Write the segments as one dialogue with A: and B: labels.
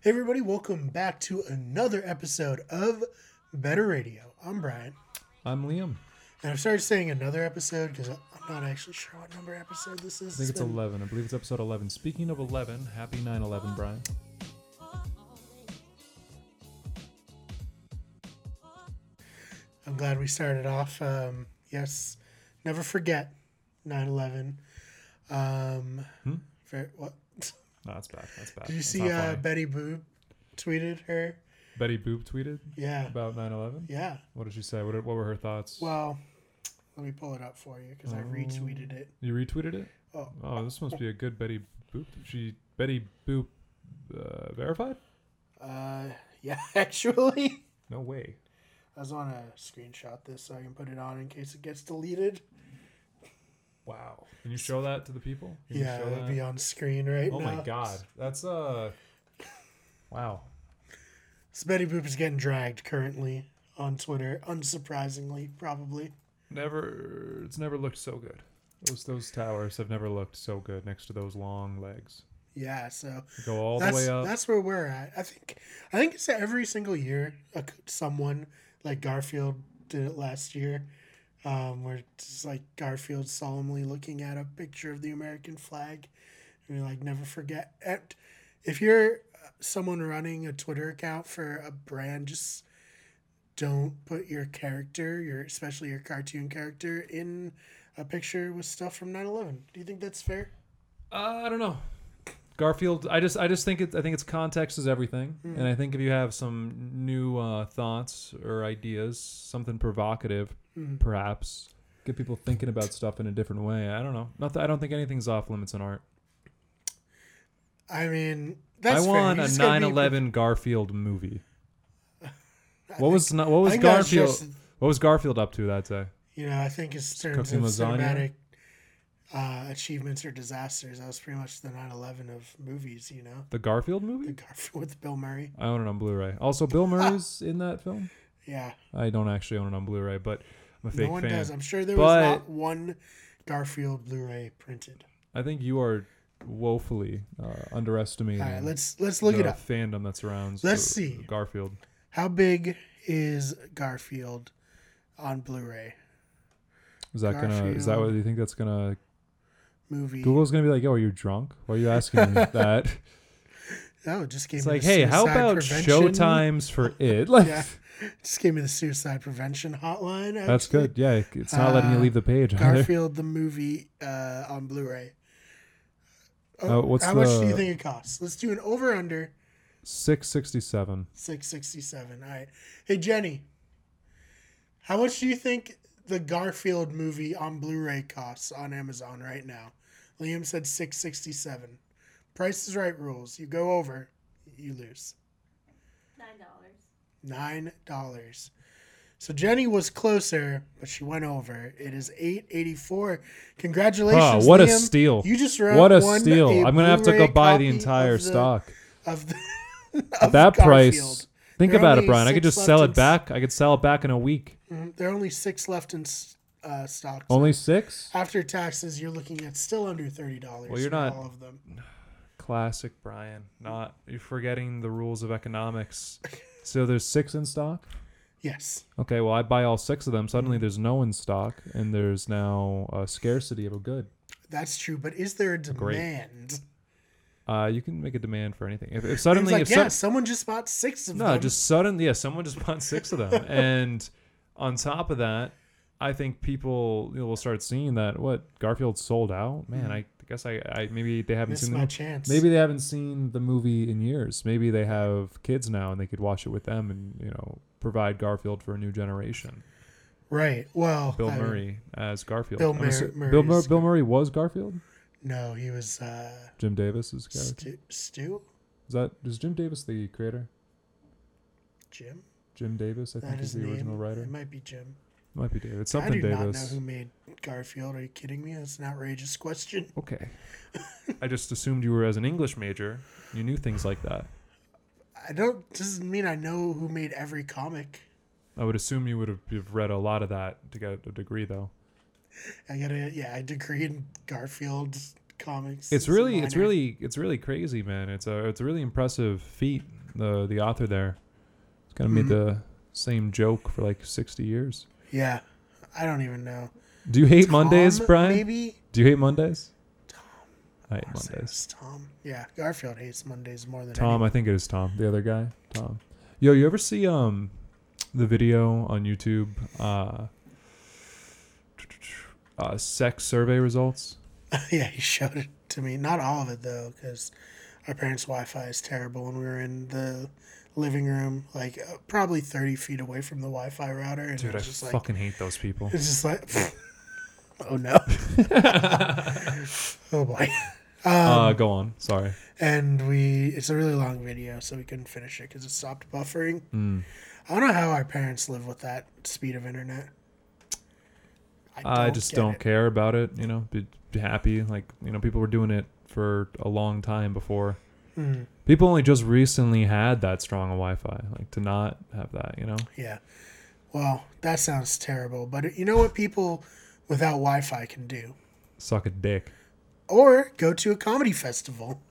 A: Hey everybody, welcome back to another episode of Better Radio. I'm Brian,
B: I'm Liam.
A: and I've started saying another episode because I'm not actually sure what number episode this is.
B: I think it's
A: been-
B: 11. I believe it's episode 11. Speaking of 11, happy 9 11, Brian.
A: I'm glad we started off. Um, yes, never forget 9/11. Um, ver- what
B: No, Hmm? that's bad. That's bad.
A: did you
B: That's
A: see?
B: not
A: Uh,
B: funny.
A: Betty Boop tweeted her.
B: Betty Boop tweeted
A: Yeah,
B: about 9 11?
A: yeah.
B: What did she say? What, are- what were her thoughts?
A: Well, let me pull it up for you
B: Oh.
A: because I retweeted it.
B: You retweeted it?
A: Oh.
B: Oh, this must be a good Betty Boop. She Betty Boop uh, verified?
A: Uh, yeah, actually.
B: No way.
A: I just want to screenshot this so I can put it on in case it gets deleted.
B: Wow. Can you show that to the people? Can you
A: yeah,
B: show
A: it'll
B: that?
A: be on screen right
B: Oh
A: now.
B: my God. That's uh. Wow.
A: So Betty Boop is getting dragged currently on Twitter, unsurprisingly, probably.
B: Never. It's never looked so good. Those those towers have never looked so good next to those long legs.
A: Yeah, so
B: Go all
A: that's
B: the way up.
A: that's where we're at. I think I think it's every single year a c someone like Garfield did it last year, um, where it's just like Garfield solemnly looking at a picture of the American flag, and you're like never forget. And If you're uh, someone running a Twitter account for a brand, just don't put your character, your especially your cartoon character, in a picture with stuff from 9-11. Do you think that's fair?
B: Uh, I don't know. Garfield, I just, I just think it. I think it's context is everything,
A: Hmm.
B: and I think if you have some new uh, thoughts or ideas, something provocative,
A: Hmm.
B: perhaps get people thinking about stuff in a different way. I don't know. Not that I don't think anything's off limits in art.
A: I mean, that's
B: I
A: fair.
B: want
A: You
B: a
A: just gotta be
B: 9/11 Garfield movie. What was not? What was
A: think that was
B: Garfield?
A: just-
B: What was Garfield up to that day?
A: You know, I think it's terms of
B: cooking
A: cinematic
B: lasagna?
A: uh, achievements or disasters. That was pretty much the 9-11 of movies, you know?
B: The Garfield
A: The
B: movie?
A: Garfield with Bill Murray.
B: I own it on Blu-ray. Also, Bill Murray's in that film.
A: Yeah.
B: I don't actually own it on Blu-ray, but I'm a fake
A: no one
B: fan.
A: does. I'm sure there was
B: But-
A: not one Garfield Blu-ray printed.
B: I think you are woefully uh, underestimating
A: All right, let's let's look
B: the
A: it up.
B: fandom that surrounds
A: Let's
B: the-
A: see.
B: Garfield.
A: How big is Garfield on Blu-ray
B: Is that gonna? Is that what you think that's gonna?
A: movie?
B: Google's gonna be like, "Yo, are you drunk? Why are you asking me that?"
A: Oh, it just gave
B: It's
A: me
B: like,
A: the
B: "Hey, how
A: suicide
B: about
A: prevention.
B: showtimes for it?" Like,
A: Yeah, just gave me the suicide prevention hotline. Actually.
B: that's good. Yeah, it's not letting you
A: Uh,
B: leave the page either.
A: Garfield the movie uh, on Blu-ray.
B: Uh, what's
A: How much do you
B: the-
A: think it costs? Let's do an over under
B: Six sixty-seven.
A: six sixty seven. All right. Hey Jenny, how much do you think the Garfield movie on Blu Ray costs on Amazon right now? Liam said six sixty seven. Price is right rules. You go over, you lose.
C: Nine dollars.
A: Nine dollars. So Jenny was closer, but she went over. It is eight eighty four.
B: Oh,
A: Congratulations!
B: what a
A: Liam.
B: steal!
A: You just wrote
B: What a
A: won
B: steal!
A: a
B: I'm gonna have to go
A: Blu-ray
B: buy the
A: copy
B: entire
A: of the-
B: stock.
A: of the
B: At
A: of
B: that
A: Garfield.
B: price, think
A: There are
B: about
A: only
B: it, Brian. I
A: six
B: could just
A: left
B: sell
A: in
B: it
A: s-
B: back. I could sell it back in a week.
A: Mhm. There are only six left in s- uh, stocks.
B: Only six.
A: After taxes, you're looking at still under thirty dollars.
B: Well, you're
A: for
B: not-
A: all of them.
B: Classic Brian. Not you're forgetting the rules of economics. So there's six in stock.
A: Yes,
B: Okay, well I buy all six of them.
A: Mm-hmm.
B: Suddenly there's no in stock, and there's now a scarcity of a good.
A: that's true. But is there a
B: Great.
A: demand?
B: Uh, you can make a demand for anything. If, if
A: It's
B: suddenly,
A: like,
B: if
A: yeah,
B: sud-
A: someone just bought six of
B: no,
A: them.
B: just suddenly, yeah, someone just bought six of them, and on top of that, I think people you know, will start seeing that what Garfield sold out. Man,
A: Mm-hmm.
B: I guess I, I maybe they haven't
A: missed
B: seen the
A: my
B: movie.
A: chance.
B: Maybe they haven't seen the movie in years. Maybe they have kids now and they could watch it with them and, you know, provide Garfield for a new generation.
A: right. Well,
B: Bill
A: I mean,
B: Murray as Garfield.
A: Bill
B: I'm
A: Mur-
B: assu-
A: Murray
B: Bill, Mur-
A: is-
B: Bill Murray was Garfield?
A: No, he was uh,
B: Jim Davis is character.
A: Stu, Stu,
B: Is that is Jim Davis the creator?
A: Jim.
B: Jim Davis, I
A: That
B: think, is
A: is
B: the
A: name.
B: original writer.
A: It might be Jim.
B: Might be David.
A: I do
B: Something
A: not know
B: Davis.
A: who made Garfield. Are you kidding me? That's an outrageous question.
B: Okay. I just assumed you were as an English major. You knew things like that.
A: I don't doesn't mean I know who made every comic.
B: I would assume you would have you've read a lot of that to get a degree, though.
A: I got a yeah, I degree in Garfield comics.
B: it's
A: as a
B: really it's
A: minor.
B: really it's really crazy man it's a it's a really impressive feat the the author there. It's kind of made
A: Mhm.
B: the same joke for like sixty years.
A: Yeah. I don't even know.
B: Do you hate Mondays,
A: Tom,
B: Brian?
A: Maybe.
B: Do you hate Mondays? I hate
A: I wanna say
B: Mondays.
A: it's Tom. Yeah. Garfield hates Mondays more than
B: Tom, I think it is Tom, the other guy. Tom. Yo, you ever see um the video on YouTube uh uh sex survey results?
A: yeah, he showed it to me. Not all of it though, because our parents' Wi-Fi is terrible, and we were in the living room, like uh, probably thirty feet away from the Wi-Fi router, and
B: Dude,
A: it
B: I
A: was just like
B: fucking hate those people.
A: it's just like, oh no, oh boy. Um,
B: uh go on. Sorry.
A: and we it's a really long video, so we couldn't finish it because it stopped buffering.
B: Mm.
A: I don't know how our parents live with that speed of internet.
B: I,
A: don't
B: just
A: get
B: don't
A: it.
B: care about it, you know. Be, be happy like, you know, people were doing it for a long time before.
A: Mm,
B: People only just recently had that strong a Wi-Fi, like to not have that, you know.
A: yeah. Well, that sounds terrible, but you know what people without Wi-Fi can do?
B: Suck a dick.
A: or go to a comedy festival.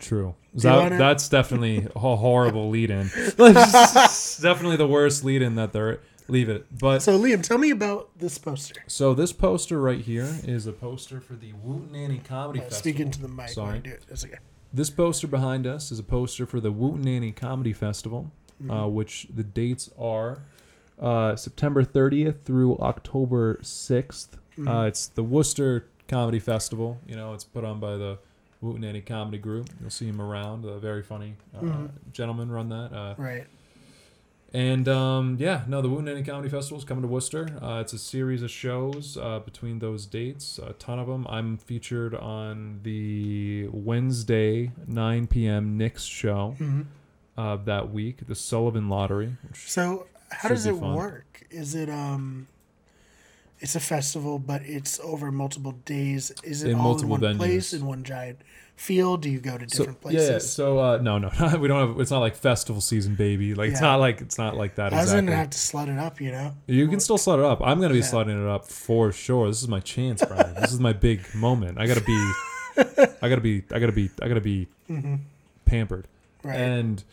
B: True.
A: Do you
B: That,
A: wanna-
B: That's definitely a horrible lead in. definitely the worst lead in that they're leave it. But
A: So Liam, tell me about this poster.
B: so this poster right here is a poster for the Wooten Annie Comedy
A: Uh,
B: Festival.
A: speak into the mic.
B: Sorry.
A: when I do it. That's okay.
B: This poster behind us is a poster for the Wooten Annie Comedy Festival, uh, which the dates are uh, September 30th through October 6th. Uh, it's the Worcester Comedy Festival. You know, it's put on by the Wooten Annie Comedy Group. You'll see him around. A very funny uh, gentleman run that. Uh,
A: Right.
B: and um, yeah, no, the Wounded Comedy Festival is coming to Worcester. Uh, it's a series of shows uh, between those dates, a ton of them. I'm featured on the Wednesday 9 p.m. Knicks show
A: Mm-hmm.
B: uh, that week, the Sullivan Lottery. Which,
A: So how
B: Should
A: does
B: be
A: it
B: fun.
A: work? Is it um it's a festival but it's over multiple days. Is it
B: In
A: all
B: multiple
A: in one place
B: venues.
A: in one giant field? Do you go to
B: so,
A: different
B: yeah,
A: places?
B: yeah, so uh, no, no, we don't have. It's not like festival season, baby. Like it's
A: Yeah.
B: not like it's not like that
A: I was
B: exactly.
A: gonna have to slut it up, you know.
B: You can still slot it up. I'm gonna be
A: Yeah.
B: slotting it up for sure. This is my chance, Brian. this is my big moment. I gotta be, I gotta be, I gotta be, I gotta be pampered.
A: Mm-hmm. Right.
B: And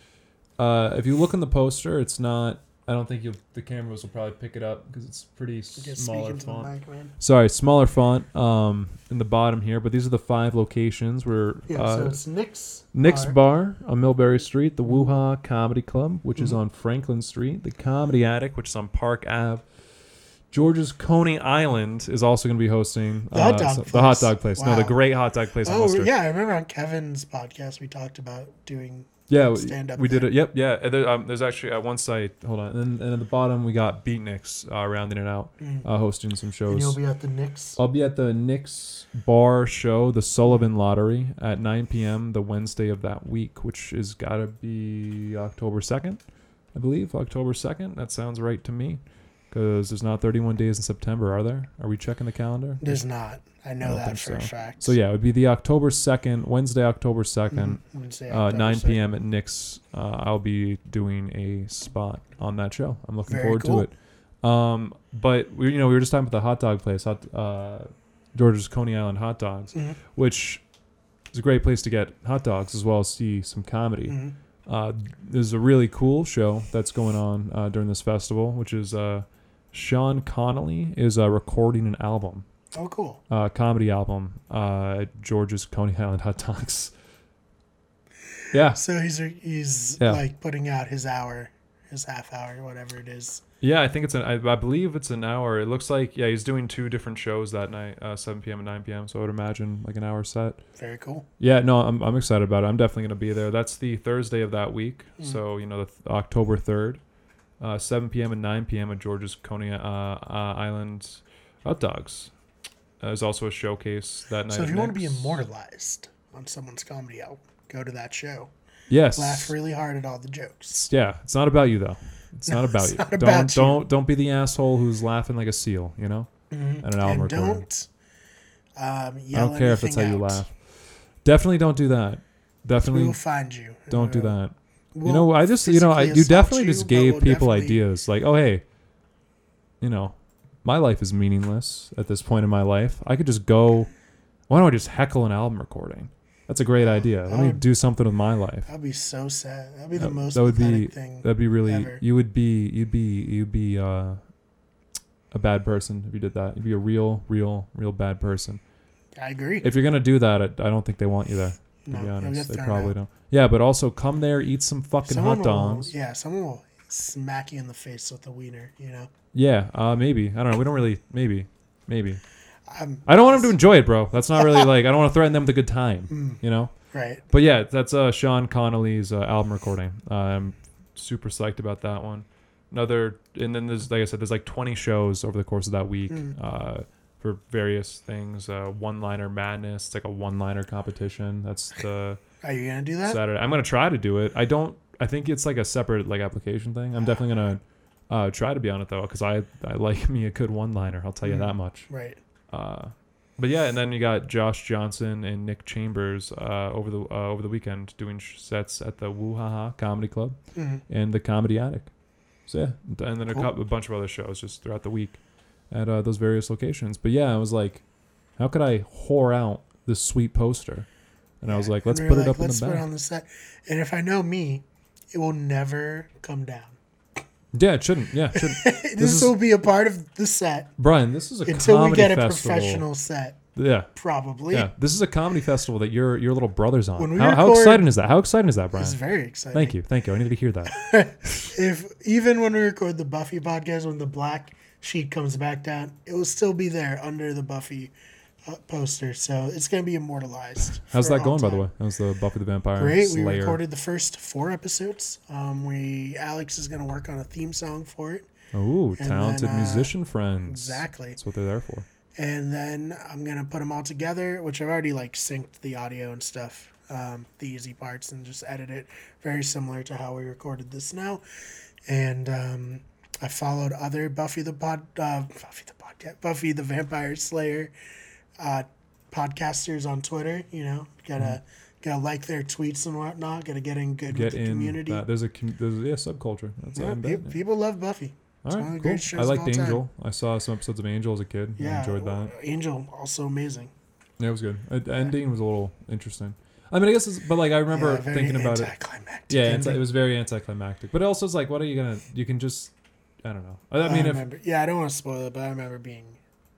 B: uh, if you look in the poster, it's not. I don't think you'll. The cameras will probably pick it up because it's pretty
A: Just
B: smaller
A: speak into the
B: font.
A: mic, man.
B: Sorry, smaller font um, in the bottom here. But these are the five locations where
A: Yeah,
B: uh,
A: so it's Nick's
B: Nick's
A: bar.
B: Bar on Millbury Street, the Wuha Comedy Club, which
A: Mm-hmm.
B: is on Franklin Street, the Comedy Attic, which is on Park Ave. George's Coney Island is also going to be hosting uh,
A: The hot dog
B: the hot
A: place.
B: dog place. No, the
A: Wow.
B: great hot dog place. in
A: Oh
B: Worcester.
A: yeah, I remember on Kevin's podcast we talked about doing
B: yeah, we,
A: stand up
B: we did
A: there.
B: it. Yep, yeah. And there- um, there's actually at one site. Hold on, and, and at the bottom we got Beatniks uh, rounding it out, uh, hosting some shows.
A: Mm. and you'll be at the Nick's
B: I'll be at the Knicks bar show, the Sullivan Lottery, at 9 p.m. the Wednesday of that week, which is gotta be October 2nd, I believe. October 2nd. That sounds right to me, because there's not 31 days in September, are there? Are we checking the calendar?
A: There's not. I know
B: don't
A: that
B: think
A: for a
B: so.
A: fact.
B: So yeah, it would be the October 2nd, Wednesday, October
A: Mm-hmm.
B: 2nd,
A: Wednesday,
B: uh,
A: October
B: 9
A: second.
B: p.m. at Nick's. Uh, I'll be doing a spot on that show. I'm looking
A: Very
B: forward
A: cool.
B: to it. Um, but we, you know, we were just talking about the hot dog place, hot, uh, George's Coney Island hot dogs,
A: Mhm.
B: which is a great place to get hot dogs as well as see some comedy.
A: Mhm.
B: Uh, there's a really cool show that's going on uh, during this festival, which is uh, Sean Connolly is uh, recording an album
A: Oh, cool.
B: uh, comedy album, uh, George's Coney Island Hot Dogs. Yeah,
A: So he's he's
B: Yeah.
A: like putting out his hour, his half hour, whatever it is.
B: yeah, I think it's an. I, I believe it's an hour. It looks like yeah, he's doing two different shows that night, uh, 7 p.m. and 9 p.m. So I would imagine like an hour set.
A: Very cool.
B: Yeah, no, I'm I'm excited about it. I'm definitely gonna be there. That's the Thursday of that week.
A: Mm.
B: So you know, the th- October 3rd, uh, 7 p.m. and 9 p.m. at George's Coney uh, uh, Island Hot Dogs. Uh, there's also a showcase that night.
A: So if
B: at
A: you want to be
B: Nick's.
A: immortalized on someone's comedy album, go to that show.
B: yes,
A: Laugh really hard at all the jokes.
B: Yeah, it's not about you though. It's not about
A: it's
B: you.
A: not
B: don't
A: about you.
B: don't don't be the asshole who's laughing like a seal, you know, at an album
A: Mm-hmm. and
B: recording.
A: don't um,
B: I
A: yell
B: don't care if that's how
A: anything
B: you
A: out.
B: laugh. Definitely don't do that.
A: We
B: Definitely
A: will find you. and
B: don't do
A: we'll-
B: that. you
A: we'll
B: know, I just you know, I,
A: physically
B: you definitely
A: assault
B: just
A: you, but
B: gave
A: we'll
B: people
A: definitely-
B: ideas like, oh hey, you know, my life is meaningless at this point in my life. I could just go. Why don't I just heckle an album recording? That's a great idea. Let me
A: Um,
B: do something with my life.
A: That'd be so sad. That'd be the
B: That-
A: most
B: that would be-
A: pathetic thing.
B: That'd be really.
A: Ever.
B: You would be. You'd be. You'd be uh, a bad person if you did that. You'd be a real, real, real bad person.
A: I agree.
B: If you're gonna do that, I, I don't think they want you there.
A: No,
B: To be
A: you'll get
B: honest, they
A: thrown
B: probably
A: out.
B: don't. Yeah, but also come there, eat some fucking hot
A: will-
B: dogs.
A: yeah, someone will smack you in the face with a wiener. You know,
B: Yeah, uh, maybe. I don't know. We don't really. Maybe. Maybe.
A: I'm
B: I don't want them to enjoy it, bro. That's not really like. I don't want to threaten them with a good time. You know.
A: hmm, right.
B: But yeah, that's uh, Sean Connolly's uh, album recording. I'm super psyched about that one. Another, and then there's like I said, there's like 20 shows over the course of that week
A: Mm.
B: uh, for various things. Uh, one liner madness. It's like a one liner competition. That's the
A: Are you gonna do that?
B: Saturday. I'm gonna try to do it. I don't. I think it's like a separate like application thing. I'm definitely gonna uh, try to be on it though, because I I like me a good one liner. I'll
A: Mm.
B: tell you that much.
A: right.
B: Uh, but yeah, and then you got Josh Johnson and Nick Chambers uh, over the uh, over the weekend doing sh- sets at the Woohaha Comedy Club
A: Mhm.
B: and the Comedy Attic. So yeah, and then a,
A: Cool.
B: cou- a bunch of other shows just throughout the week at uh, those various locations. But yeah, I was like, how could I whore out this sweet poster? And I was like,
A: And
B: let's
A: we were
B: put it
A: like,
B: up in
A: let's
B: the
A: put
B: back.
A: it on the set. And if I know me, it will never come down.
B: yeah, it shouldn't. Yeah, it shouldn't.
A: This,
B: is-
A: will be a part of the set
B: Brian, this is a
A: until we
B: comedy
A: get a
B: festival.
A: professional set,
B: Yeah,
A: probably.
B: yeah. This is a comedy festival that your your little brother's on.
A: When we
B: how, how
A: record-
B: exciting is that? How exciting is that, Brian?
A: It's very exciting.
B: Thank you, thank you. I needed to hear that.
A: If even when we record the Buffy podcast, when the black sheet comes back down, it will still be there under the Buffy uh, poster. So it's gonna be immortalized.
B: How's
A: for
B: that going,
A: all
B: by the
A: time.
B: way? That was the Buffy the Vampire
A: Great.
B: Slayer.
A: We recorded the first four episodes. Um, we Alex is gonna work on a theme song for it,
B: Ooh,
A: then,
B: talented
A: uh,
B: musician friends.
A: exactly.
B: That's what they're there for.
A: and then I'm gonna put them all together, which I've already like synced the audio and stuff, um, the easy parts, and just edit it. Very similar to how we recorded this now, and um, I followed other Buffy the pod, uh, Buffy the podcast, Buffy the Vampire Slayer, uh, podcasters on Twitter. You know, gotta gotta like their tweets and whatnot. Gotta get in good
B: Mm-hmm. Get
A: with the
B: in
A: community.
B: that. There's a com- there's yeah subculture. That's
A: Yeah,
B: yeah,
A: pe- people love Buffy. It's one
B: All
A: of the
B: right,
A: greatest
B: cool. I
A: shows of
B: liked
A: all time.
B: Angel. I saw some episodes of Angel as a kid. I enjoyed that.
A: oh, Angel also amazing.
B: Yeah, it was good. Uh, The ending was a little interesting. I mean, I guess, it's, but like I remember
A: Yeah, very
B: thinking about it.
A: anticlimactic
B: Yeah, anti- it
A: ending.
B: was very anticlimactic. But also, it's like, what are you gonna? You can just, I don't know. I
A: I
B: mean, if
A: remember, yeah, I don't want to spoil it, but I remember being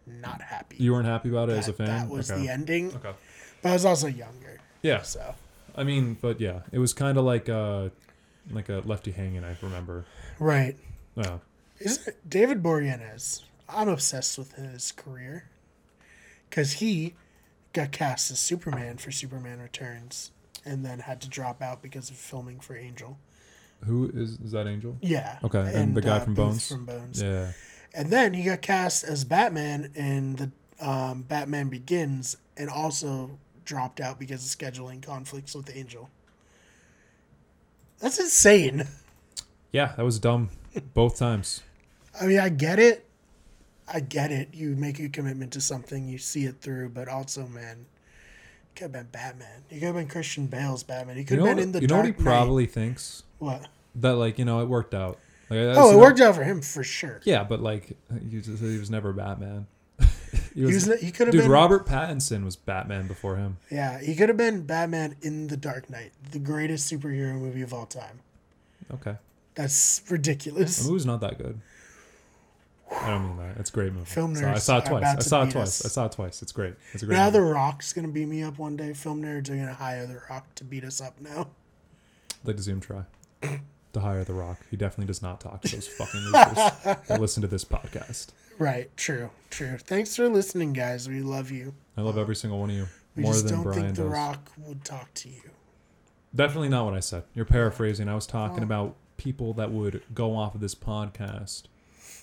A: not happy.
B: you weren't happy about it
A: that,
B: as a fan,
A: that was
B: okay.
A: the ending.
B: Okay.
A: But I was also younger,
B: Yeah,
A: so
B: I mean, but yeah, it was kind of like uh like a lefty hanging. I remember.
A: right.
B: Uh,
A: Is it David Boreanaz? I'm obsessed with his career because he got cast as Superman for Superman Returns, and then had to drop out because of filming for Angel.
B: who is is that Angel?
A: Yeah. uh,
B: Okay, and the guy from
A: Booth
B: Bones?
A: From Bones.
B: Yeah.
A: And then he got cast as Batman in the um, Batman Begins and also dropped out because of scheduling conflicts with Angel. That's insane.
B: Yeah, that was dumb. Both times.
A: I mean, I get it. I get it. You make a commitment to something, you see it through, but also, man, could have been Batman. You could have been Christian Bale's Batman. He could
B: You know,
A: have
B: what,
A: been in the
B: you know
A: Dark
B: what he
A: Knight.
B: probably thinks
A: What?
B: that like you know it worked out. Like, I- I
A: Oh,
B: see
A: it
B: no-
A: worked out for him for sure.
B: Yeah, but like he was, he was never Batman. he
A: He
B: was,
A: was. He could have
B: dude.
A: been.
B: Robert Pattinson was Batman before him.
A: Yeah, he could have been Batman in the Dark Knight, the greatest superhero movie of all time.
B: Okay,
A: That's
B: the
A: ridiculous.
B: movie's not that good. I don't mean that. It's a great movie.
A: Film
B: So I
A: nerds
B: saw it
A: are
B: twice.
A: about
B: I
A: to
B: saw it
A: beat
B: twice.
A: us.
B: I saw it twice. It's great. It's a great.
A: Now
B: movie.
A: the Rock's gonna beat me up one day. Film nerds are gonna hire the Rock to beat us up now.
B: I'd like to see him try to hire The Rock. He definitely does not talk to those fucking losers that listen to this podcast.
A: Right? True. True. Thanks for listening, guys. We love you.
B: I love every single one of you
A: We
B: more
A: just
B: than
A: don't
B: Brian
A: think the
B: does.
A: Rock would talk to you.
B: Definitely not what I said. You're paraphrasing. I was
A: Oh.
B: talking about people that would go off of this podcast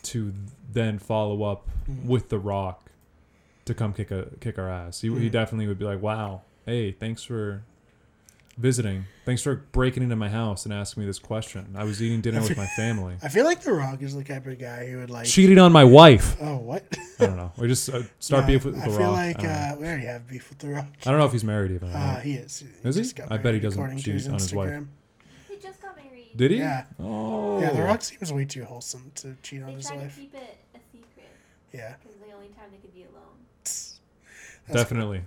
B: to then follow up
A: Mm.
B: with The Rock to come kick a kick our ass. He,
A: Mm.
B: he definitely would be like, "Wow, hey, thanks for." Visiting. Thanks for breaking into my house and asking me this question. I was eating dinner with my family.
A: I feel like the Rock is the type of guy who would like.
B: Cheating on my wife.
A: oh what?
B: I don't know. We just uh, start beef with
A: I
B: The
A: feel
B: Rock.
A: like
B: I, don't know.
A: uh, we already have beef with the Rock.
B: I don't know if he's married even. I don't
A: Uh,
B: know.
A: he is.
B: Is he?
A: just got
B: I bet he
A: married,
B: doesn't
A: according to
B: cheat on his wife.
A: Instagram.
C: He just got married.
B: Did he?
A: yeah.
B: Oh.
A: Yeah, The Rock seems way too wholesome to cheat on
C: They
A: his
C: tried to
A: wife.
C: keep it a secret
A: Yeah.
C: because the only time they could be alone.
A: That's-
B: Definitely.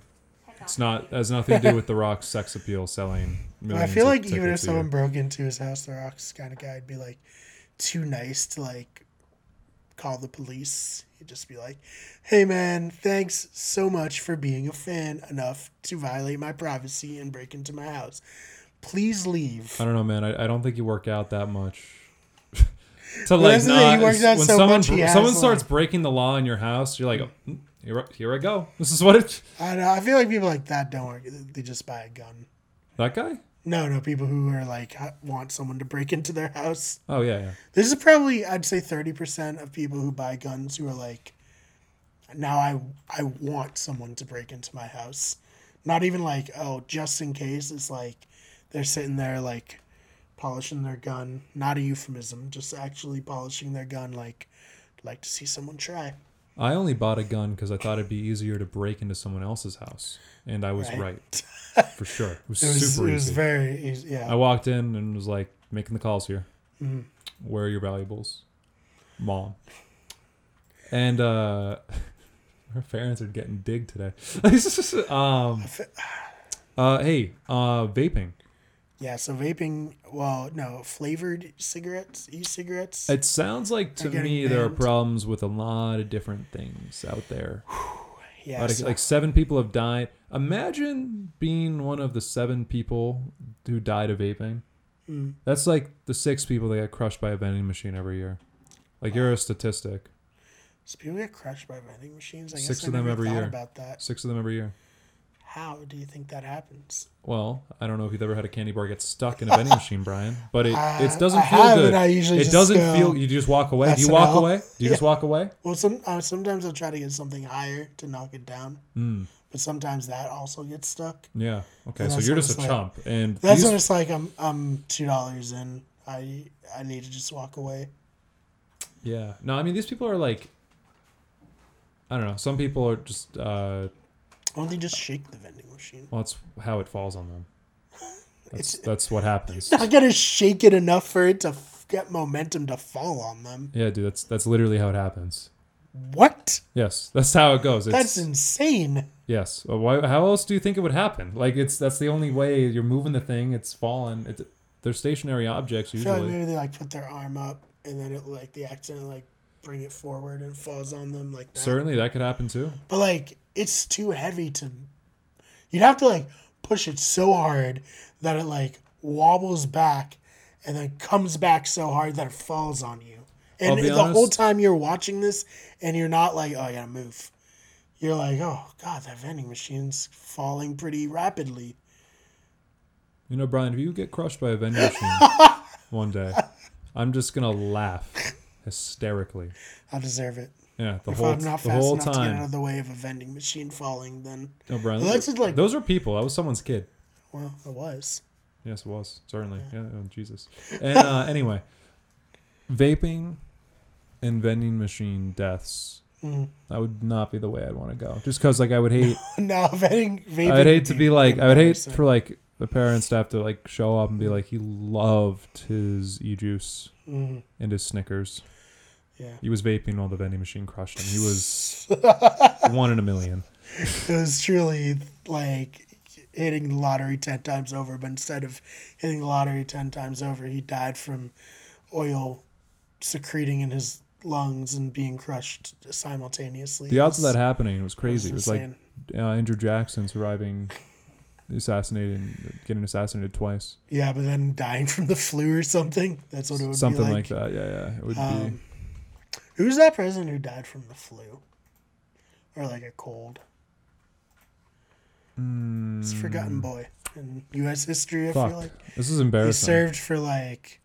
C: Heck
B: It's not has nothing to do with the Rock's sex appeal selling.
A: I
B: Millions
A: feel
B: of
A: like even if
B: tickets a year.
A: someone broke into his house, the Rock's kind of guy would be like too nice to like call the police. He'd just be like, "Hey man, thanks so much for being a fan enough to violate my privacy and break into my house. Please leave."
B: I don't know, man. I, I don't think you work out that much. to
A: Well,
B: like
A: that's the thing, he
B: not,
A: works out
B: when
A: so
B: someone
A: much, he
B: br-
A: has,
B: someone
A: like-
B: starts breaking the law in your house, you're like, "Mm, here, I- here I go. This is what it.
A: I don't, I feel like people like that don't work. They just buy a gun.
B: That guy?
A: No, no, people who are like ha- want someone to break into their house.
B: Oh yeah, yeah.
A: This is probably I'd say thirty percent of people who buy guns who are like, now I I want someone to break into my house. Not even like oh just in case. It's like they're sitting there like polishing their gun. Not a euphemism, just actually polishing their gun. Like "I'd like to see someone try.
B: I only bought a gun because I thought it'd be easier to break into someone else's house, and I was
A: Right.
B: right, for sure. It was,
A: It was
B: super
A: it was
B: easy.
A: very easy. Yeah.
B: I walked in and was like making the calls here.
A: Mm-hmm.
B: Where are your valuables, mom? And uh, her parents are getting digged today. um, uh, hey, uh, vaping.
A: Yeah, so vaping, well, no, flavored cigarettes, e-cigarettes.
B: It sounds like to
A: They're getting
B: me there are
A: banned.
B: problems with a lot of different things out there.
A: yeah,
B: Like,
A: so-
B: like seven people have died. Imagine being one of the seven people who died of vaping.
A: Mm.
B: That's like the six people that get crushed by a vending machine every year. Like you're a statistic.
A: so people get crushed by vending machines. I guess
B: Six
A: I
B: of them
A: never
B: every
A: thought
B: year.
A: About that,
B: Six of them every year.
A: how do you think that happens?
B: Well, I don't know if you've ever had a candy bar get stuck in a vending machine, Brian, but it,
A: Uh,
B: it doesn't
A: I
B: feel
A: have,
B: good.
A: and I usually
B: it
A: just
B: doesn't
A: go,
B: feel. You just walk away. Do you walk
A: SNL.
B: away? Do you just walk away?
A: Well, some uh, sometimes I'll try to get something higher to knock it down, but sometimes that also gets stuck.
B: Yeah. Okay.
A: And
B: So
A: that's
B: you're
A: what
B: just a
A: it's like.
B: chump, and
A: That's
B: these-
A: when it's like I'm I'm two dollars in. I I need to just walk away.
B: Yeah. No, I mean these people are like I don't know. Some people are just uh
A: Why don't they just shake the vending machine?
B: well that's how it falls on them. That's that's what happens.
A: I gotta shake it enough for it to f- get momentum to fall on them.
B: Yeah, dude, that's that's literally how it happens.
A: What?
B: Yes, that's how it goes. It's,
A: That's insane.
B: yes. Well, Why, how else do you think it would happen? Like it's that's the only way you're moving the thing. It's fallen. It's, they're stationary objects
A: I feel like
B: usually.
A: maybe they like put their arm up and then it like the accident like bring it forward and it falls on them like that.
B: Certainly that could happen too.
A: But like it's too heavy to. You'd have to like push it so hard that it like wobbles back and then comes back so hard that it falls on you. And
B: I'll be
A: the whole
B: honest.
A: time you're watching this and you're not like, oh, I gotta move. You're like, oh god, that vending machine's falling pretty rapidly.
B: You know, Brian, if you get crushed by a vending machine one day, I'm just gonna laugh hysterically.
A: I deserve it.
B: Yeah, the
A: If
B: whole
A: I'm not
B: the
A: fast
B: whole
A: enough to get
B: time.
A: out of the way of a vending machine falling, then
B: No, Brian.
A: Well,
B: Those,
A: that's just like-
B: those are people. That was someone's kid.
A: well, it was.
B: Yes, it was certainly. Yeah, oh, Jesus. And uh, anyway, vaping and vending machine deaths.
A: Mm.
B: That would not be the way I'd want to go. Just because, like, I would hate.
A: no, vending. vaping
B: I'd hate
A: would
B: to be like. I would hate
A: embarrassing. Mm.
B: for like the parents to have to like show up and be like, he loved his e juice and his Snickers.
A: Mm. Yeah.
B: He was vaping while the vending machine crushed him. He was one in a million.
A: It was truly like hitting the lottery 10 times over, but instead of hitting the lottery 10 times over, he died from oil secreting in his lungs and being crushed simultaneously.
B: The odds of that happening was crazy. It
A: That's
B: was like
A: insane.
B: uh, Andrew Jackson surviving, assassinating, getting assassinated twice,
A: Yeah, but then dying from the flu or something. That's what it would
B: something
A: be
B: like,
A: like. um,
B: that. Yeah, yeah. It would be.
A: Who's that president who died from the flu? Or like a cold? It's a forgotten boy in U.S. history, I
B: Hmm. Fuck.
A: feel like.
B: this is
A: He
B: embarrassing.
A: served for like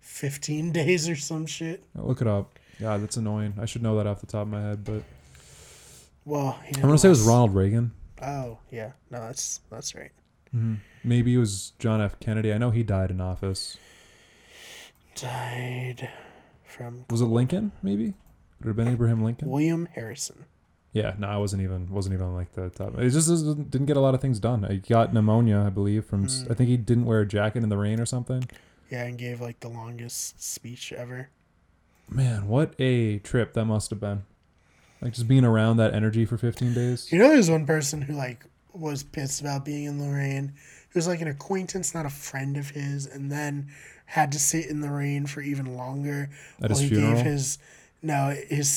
A: 15 days or some shit.
B: Look it up. God, that's annoying. I should know that off the top of my head, but
A: Well, he didn't
B: I'm gonna say it was
A: last-
B: Ronald Reagan.
A: Oh, yeah. No, that's that's right.
B: Maybe it was John F. Kennedy. I know he died in office.
A: Died from
B: Was it Lincoln? Maybe. Would it have been Abraham Lincoln?
A: William Harrison.
B: Yeah, no, I wasn't even wasn't even like the top. It just doesn't- didn't get a lot of things done. He got pneumonia, I believe, from s
A: Hmm.
B: I I think he didn't wear a jacket in the rain or something.
A: Yeah, and gave like the longest speech ever.
B: Man, what a trip that must have been. Like just being around that energy for 15 days.
A: You know, there's one person who like was pissed about being in the rain. It was like an acquaintance, not a friend of his, and then had to sit in the rain for even longer
B: At his
A: he
B: funeral?
A: gave his no his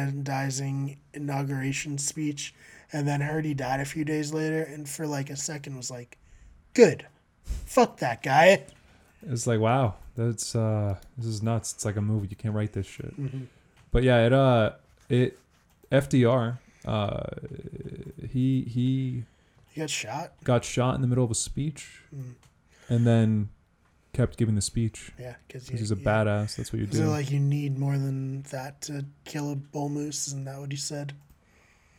A: self-aggrandizing inauguration speech, and then heard he died a few days later, and for like a second was like, "Good, fuck that guy."
B: It's like wow, that's uh, this is nuts. It's like a movie. You can't write this shit.
A: Mm-hmm.
B: But yeah, it uh, it FDR, uh, he he
A: He got shot.
B: got shot in the middle of a speech, and then kept giving the speech.
A: Mm-hmm. Yeah, because
B: 'Cause He's a badass. That's what you
A: Is it
B: do.
A: like you need more than that to kill a bull moose? Isn't that what he said?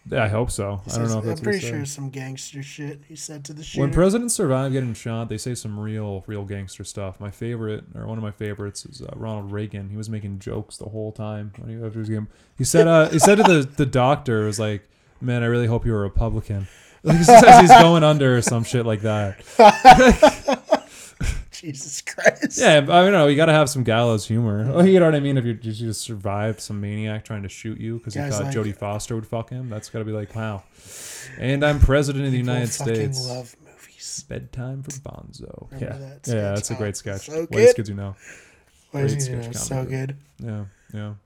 B: Yeah, I hope so.
A: He
B: I don't
A: says-
B: know.
A: I'm
B: If that's what he
A: pretty
B: said.
A: sure it's some gangster shit he said to the shooter.
B: When presidents survive getting shot, they say some real, real gangster stuff. My favorite, or one of my favorites, is uh, Ronald Reagan. He was making jokes the whole time when he after his game. He said, uh, he said to the the doctor, it was like, "Man, I really hope you're a Republican." Like, he says he's going under or some shit like that.
A: Jesus Christ.
B: Yeah, I don't know. You got to have some gallows humor. Oh, you know what I mean? If you you just survived some maniac trying to shoot you because he
A: Guys
B: thought
A: like-
B: Jodie Foster would fuck him, that's got to be like, wow. And I'm president of the
A: People
B: United
A: fucking
B: States.
A: love movies.
B: Bedtime for Bonzo.
A: Remember
B: yeah,
A: that
B: yeah,
A: sketch?
B: that's a
A: Oh,
B: great sketch.
A: so
B: Ways
A: good.
B: kids you know.
A: What is
B: Great
A: he doing?
B: sketch
A: so
B: comedy.
A: good.
B: Yeah,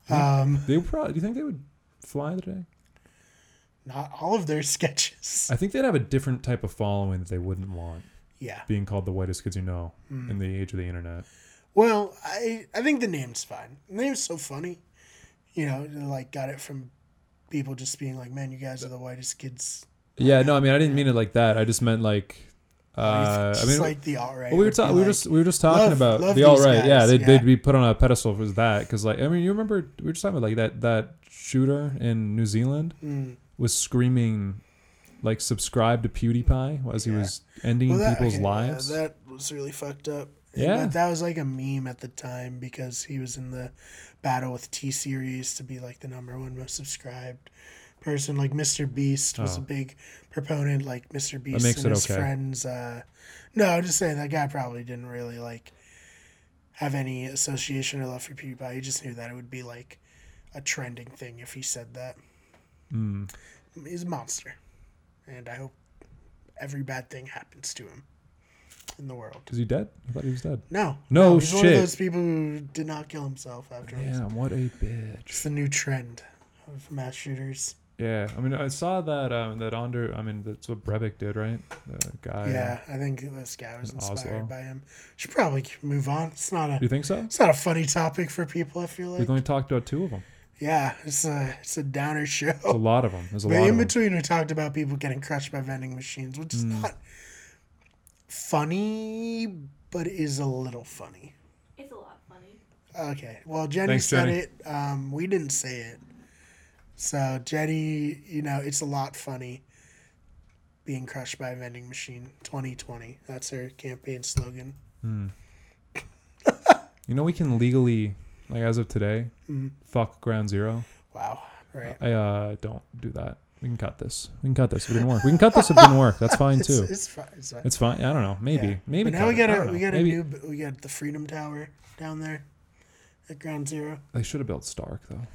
B: yeah.
A: Um,
B: They would probably. Do you think they would fly today?
A: not all of their sketches.
B: I think they'd have a different type of following that they wouldn't want,
A: Yeah.
B: being called the whitest kids you know
A: Hmm.
B: in the age of the internet.
A: Well, I I think the name's fine. The name's so funny. You know, they, like got it from people just being like, "Man, you guys are the whitest kids."
B: Yeah, no, I mean, I didn't mean it like that. I just meant like. Uh,
A: just
B: I mean,
A: like the alt right.
B: Well, we were talking. We were just we were just talking
A: love-
B: about
A: love
B: the all
A: these
B: right. Yeah,
A: guys,
B: they'd,
A: yeah.
B: they'd be put on a pedestal for that because, like, I mean, you remember we were just talking about like that that shooter in New Zealand
A: Mm.
B: was screaming, like, subscribe to PewDiePie as he was ending people's
A: okay, yeah,
B: lives.
A: that was really fucked up. And
B: Yeah.
A: that, that was like a meme at the time because he was in the battle with T Series to be like the number one most subscribed person. Like Mr. Beast was a big proponent. Like Mr. Beast
B: Oh. makes
A: and
B: it
A: his
B: okay.
A: friends. Uh, no, I'm just saying that guy probably didn't really like have any association or love for PewDiePie. He just knew that it would be like a trending thing if he said that. He's a monster, and I hope every bad thing happens to him in the world.
B: Is he dead? I thought he was dead.
A: No.
B: No
A: he's one of
B: shit.
A: those people who did not kill himself afterwards.
B: Yeah, what a bitch.
A: It's the new trend of mass shooters.
B: Yeah, I mean, I saw that um, that under. I mean, that's what Breivik did, right? The guy.
A: yeah, I think this guy was inspired
B: Oslo.
A: by him. Should probably move on. It's not
B: Do you
A: a
B: think so?
A: it's not a funny topic for people. I feel like
B: We've only talked about two of them.
A: yeah, it's a it's a downer show.
B: There's a lot of them. There's a
A: But
B: lot
A: in
B: of them.
A: between, we talked about people getting crushed by vending machines, which is
B: Mm.
A: not funny, but is a little funny.
C: It's a lot funny.
A: Okay. Well, Jenny
B: Thanks,
A: said
B: Jenny.
A: it. Um, we didn't say it. So Jenny, you know, it's a lot funny being crushed by a vending machine. Twenty twenty. That's her campaign slogan.
B: You know, we can legally, like, as of today,
A: Mm-hmm.
B: fuck Ground Zero.
A: Wow. Right.
B: I uh, don't do that. We can cut this. We can cut this. It didn't work. We can cut this. It didn't work. That's fine
A: It's,
B: too. It's,
A: it's fine. It's fine.
B: fine. I don't know. Maybe.
A: Yeah.
B: Maybe.
A: But
B: cut
A: now we
B: it.
A: got
B: I don't
A: a
B: know.
A: we got a
B: Maybe
A: new bu- we got the Freedom Tower down there at Ground Zero.
B: they should have built Stark though.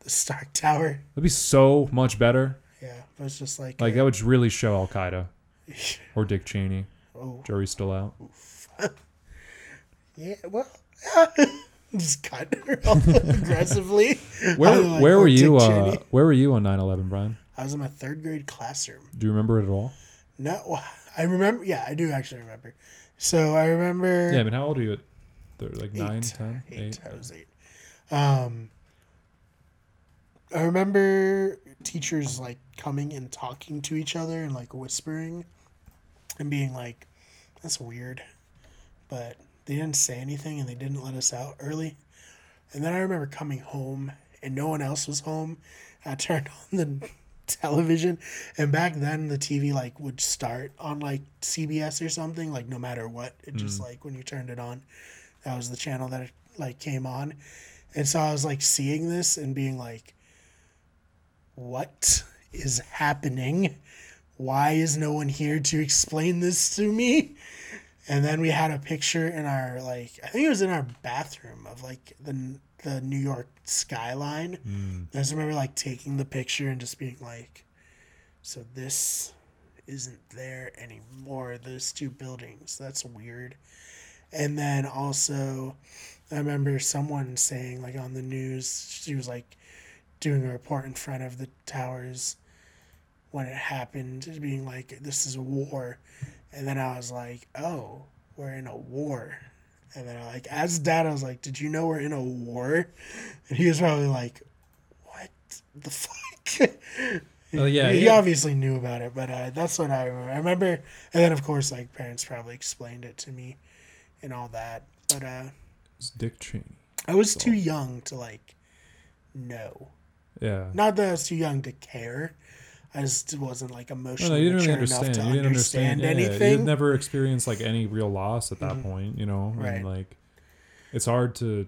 A: The Stark Tower.
B: That'd be so much better.
A: Yeah. It was just like,
B: Like
A: uh,
B: that would really show Al Qaeda or Dick Cheney.
A: Oh.
B: Jury's still out.
A: yeah. Well. just cut her off aggressively.
B: Where
A: I'm like,
B: Where
A: oh,
B: were
A: Dick
B: you? Uh,
A: Cheney.
B: where were you on 9/11, Brian?
A: I was in my third grade classroom.
B: Do you remember it at all?
A: No, I remember. Yeah, I do actually remember. So I remember.
B: Yeah. I mean, how old are you? At th- like nine, ten,
A: eight.
B: eight.
A: I was eight. Um, I remember teachers like coming and talking to each other and like whispering, and being like, "That's weird," but they didn't say anything and they didn't let us out early. And then I remember coming home and no one else was home. I turned on the television and back then the TV like would start on like CBS or something like no matter what. It just like when you turned it on, that was the channel that it like came on. And so I was like seeing this and being like what is happening? Why is no one here to explain this to me? And then we had a picture in our like I think it was in our bathroom of like the the New York skyline. I just remember like taking the picture and just being like, so this isn't there anymore. Those two buildings. That's weird. And then also, I remember someone saying like on the news, she was like doing a report in front of the towers when it happened, being like, "This is a war," and then I was like, "Oh, we're in a war." And then I like as dad, I was like, "Did you know we're in a war?" And he was probably like, "What the fuck?"
B: Oh, yeah,
A: he
B: yeah.
A: obviously knew about it, but uh, that's what I remember. I remember, and then of course, like parents probably explained it to me, and all that. But uh,
B: It's Dick Cheney.
A: I was too young to like know.
B: Yeah.
A: Not that I was too young to care. I just wasn't like
B: No,
A: emotionally
B: no, you didn't really
A: mature
B: understand.
A: enough to
B: You didn't
A: understand,
B: understand, yeah, yeah.
A: anything. Mm-hmm.
B: You'd never experienced like any real loss at that point, you know.
A: Right.
B: And like, it's hard to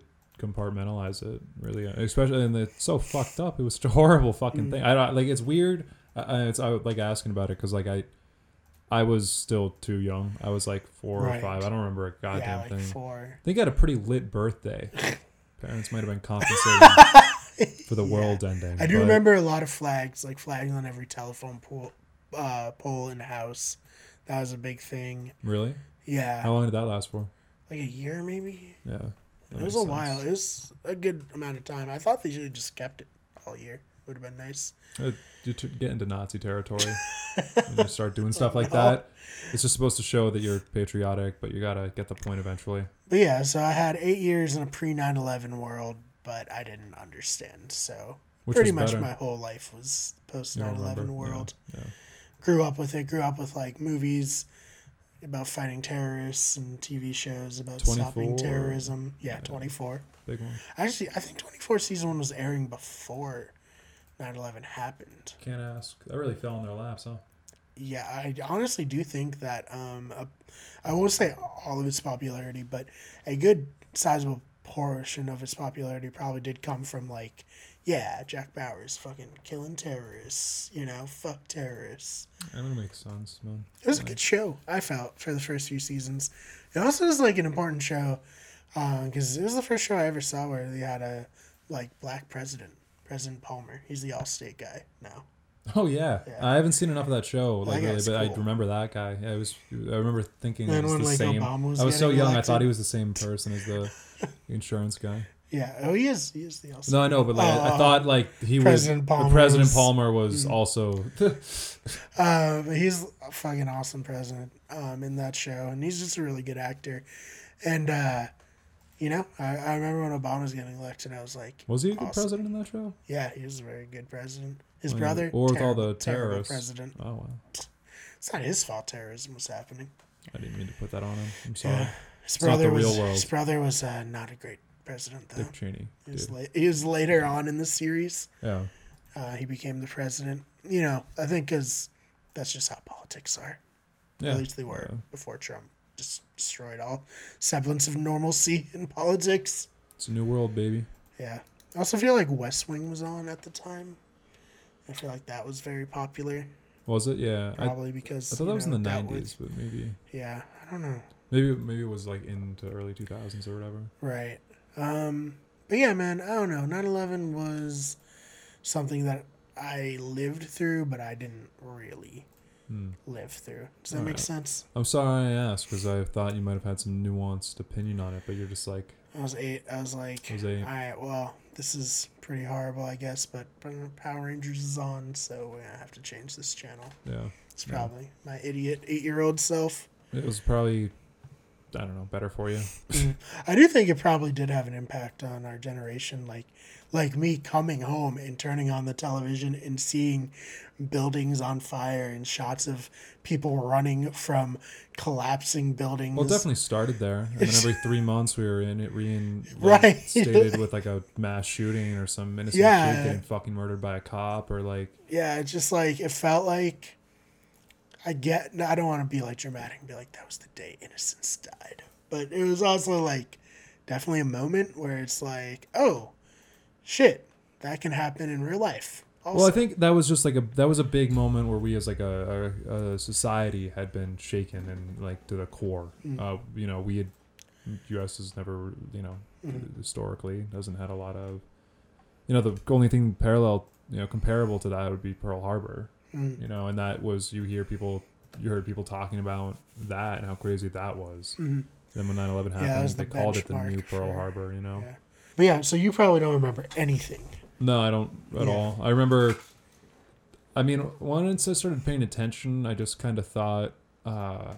B: compartmentalize it, really. uh, Especially, and it's so fucked up. It was such a horrible fucking
A: Mm.
B: thing. I don't like. It's weird. I- I, it's I was like asking about it because like I, I was still too young. I was like four
A: Right.
B: or five. I don't remember a goddamn
A: yeah, like
B: thing.
A: four.
B: They got a pretty lit birthday. Parents might have been compensated for the world ending.
A: I do
B: but-
A: remember a lot of flags, like flags on every telephone pole, uh, pole in the house. That was a big thing.
B: Really?
A: Yeah,
B: How long did that last for?
A: like a year maybe.
B: Yeah. that
A: It was
B: makes
A: a
B: sense.
A: while. It was a good amount of time. I thought they should have just kept it all year. Would have been nice.
B: Uh, You t- get into Nazi territory and you start doing stuff
A: Oh,
B: like that. It's just supposed to show that you're patriotic, but you gotta get the point eventually.
A: But yeah, so I had eight years in a pre 9 11 world, but I didn't understand. So
B: Which
A: pretty
B: was
A: much
B: better?
A: my whole life was post
B: You
A: 9
B: don't
A: 11
B: remember? Yeah,
A: world.
B: yeah.
A: Grew up with it, grew up with like movies about fighting terrorists and TV shows about stopping
B: 24.
A: terrorism. Yeah, 24.
B: Big one.
A: Actually, I think 24 season one was airing before 9 11 happened.
B: Can't ask. That really fell in their laps, huh?
A: Yeah, I honestly do think that um, a, I won't say all of its popularity, but a good sizable portion of its popularity probably did come from like, yeah, Jack Bauer's fucking killing terrorists, you know, fuck terrorists.
B: That would make sense, man.
A: It was a good show. I felt for the first few seasons. It also was like an important show because it was the first show I ever saw where they had a like black president, President Palmer. He's the Allstate guy now.
B: Oh yeah.
A: Yeah.
B: I haven't seen enough of that show, like really,
A: guy's
B: but I
A: cool.
B: remember that guy. Yeah, I was. I remember thinking it
A: And
B: was
A: when,
B: the
A: like,
B: same.
A: Obama was
B: I was so
A: getting
B: young, I
A: elected.
B: thought he was the same person as the insurance guy.
A: Yeah. Oh, he is. He is the Allstate.
B: No, I know, but like I-
A: Oh,
B: I thought, like he
A: President
B: was.
A: Palmer
B: President
A: was-
B: Palmer was also.
A: Uh, but he's a fucking awesome president um, in that show, and he's just a really good actor. And uh, you know, I, I remember when Obama was getting elected, I was like,
B: was he a good
A: Awesome.
B: president in that show?
A: "Yeah, he was a very good president." His
B: Like,
A: brother,
B: or with all
A: terrible-
B: the
A: terrible
B: terrorists.
A: president.
B: Oh wow,
A: It's not his fault terrorism was happening.
B: I didn't mean to put that on him. I'm sorry,
A: Yeah. His
B: not the
A: brother was.
B: real world.
A: His brother was uh, not a great president though.
B: Dick Cheney.
A: He was,
B: dude.
A: la- he was later on in the series.
B: Yeah,
A: Uh, he became the president. You know, I think because that's just how politics are.
B: yeah.
A: At least they were
B: Yeah.
A: before Trump just destroyed all semblance of normalcy in politics.
B: It's a new world, baby.
A: Yeah. I also feel like West Wing was on at the time. I feel like that was very popular,
B: Was it? Yeah, I, I
A: probably because.
B: thought that
A: you
B: was in the
A: know, that
B: '90s, but maybe,
A: yeah, I don't know.
B: maybe, maybe it was like into early 2000s or whatever.
A: Right. Um, but yeah, man, I don't know. 9 11 was something that I lived through, but I didn't really
B: Hmm.
A: live through. Does that make
B: Alright.
A: sense?
B: I'm sorry I asked because I thought you might have had some nuanced opinion on it, but you're just like,
A: I was eight. I was like,
B: I was eight.
A: all right, well, this is pretty horrible, I guess, but Power Rangers is on, so we're going to have to change this channel.
B: yeah,
A: It's probably my idiot eight year old self.
B: it was probably, I don't know, better for you.
A: I do think it probably did have an impact on our generation, like like me coming home and turning on the television and seeing buildings on fire and shots of people running from collapsing buildings.
B: Well, it definitely started there, and then every three months we were in it rein
A: Right.
B: like, stated with like a mass shooting or some innocent
A: Yeah.
B: kid getting fucking murdered by a cop or like
A: Yeah, it's just like it felt like I get. no, I don't want to be like dramatic and be like that was the day innocence died, but it was also like definitely a moment where it's like, oh, shit, that can happen in real life. Also.
B: Well, I think that was just like a that was a big moment where we as like a, a, a society had been shaken and like to the core.
A: Mm.
B: Uh, you know, we had U.S. has never you know
A: Mm.
B: historically doesn't had a lot of you know the only thing parallel you know comparable to that would be Pearl Harbor
A: Mm.
B: you know, and that was you hear people, you heard people talking about that and how crazy that was.
A: Mhm.
B: Then when 9/11
A: Yeah, that
B: happened,
A: was
B: they
A: the
B: called it the
A: benchmark
B: new Pearl
A: for-
B: Harbor. You know,
A: yeah. But yeah, so you probably don't remember anything.
B: no, I don't at
A: Yeah.
B: all. I remember. I mean, once I started paying attention, I just kind of thought, uh,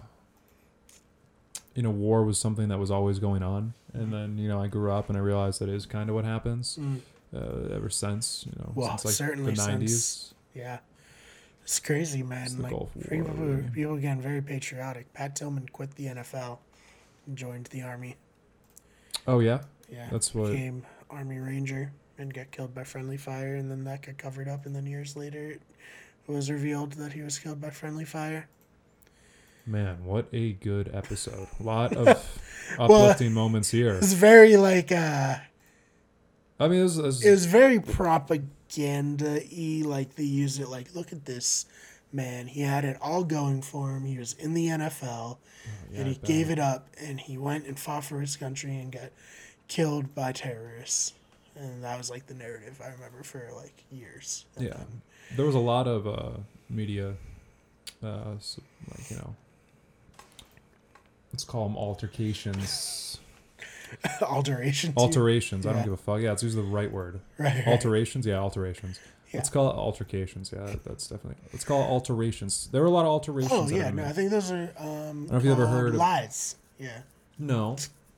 B: you know, war was something that was always going on. And then, you know, I grew up and I realized that is kind of what happens
A: Mm-hmm. Mm.
B: uh, ever since, you know,
A: Well,
B: since like
A: certainly
B: the
A: since
B: 90s.
A: Yeah. It's crazy, man.
B: It's the
A: like
B: Gulf War,
A: people,
B: really.
A: people getting very patriotic. Pat Tillman quit the NFL and joined the army.
B: Oh, yeah.
A: Yeah.
B: That's what.
A: became Army Ranger and got killed by friendly fire, and then that got covered up, and then years later, it was revealed that he was killed by friendly fire.
B: Man, what a good episode. A lot of uplifting moments here.
A: It was very like uh,
B: I mean, this is
A: it was very propaganda y. Like they used it like, look at this man. He had it all going for him. He was in the NFL, and he gave it up, and he went and fought for his country and got killed by terrorists. And that was like the narrative I remember for like years. And
B: Yeah.
A: then-
B: There was a lot of uh, media, uh, s- like, you know, let's call them altercations.
A: alterations. you-
B: Alterations. I
A: Yeah.
B: don't give a fuck. Yeah, it's usually the right word.
A: Right. right.
B: Alterations. Yeah, alterations. Let's call it altercations. Yeah, that's definitely. Let's call it alterations. There were a lot of alterations.
A: Oh
B: that
A: yeah,
B: I
A: no,
B: made.
A: I think those are. Um,
B: I don't know if you've ever
A: called
B: heard of-
A: lies. Yeah.
B: No,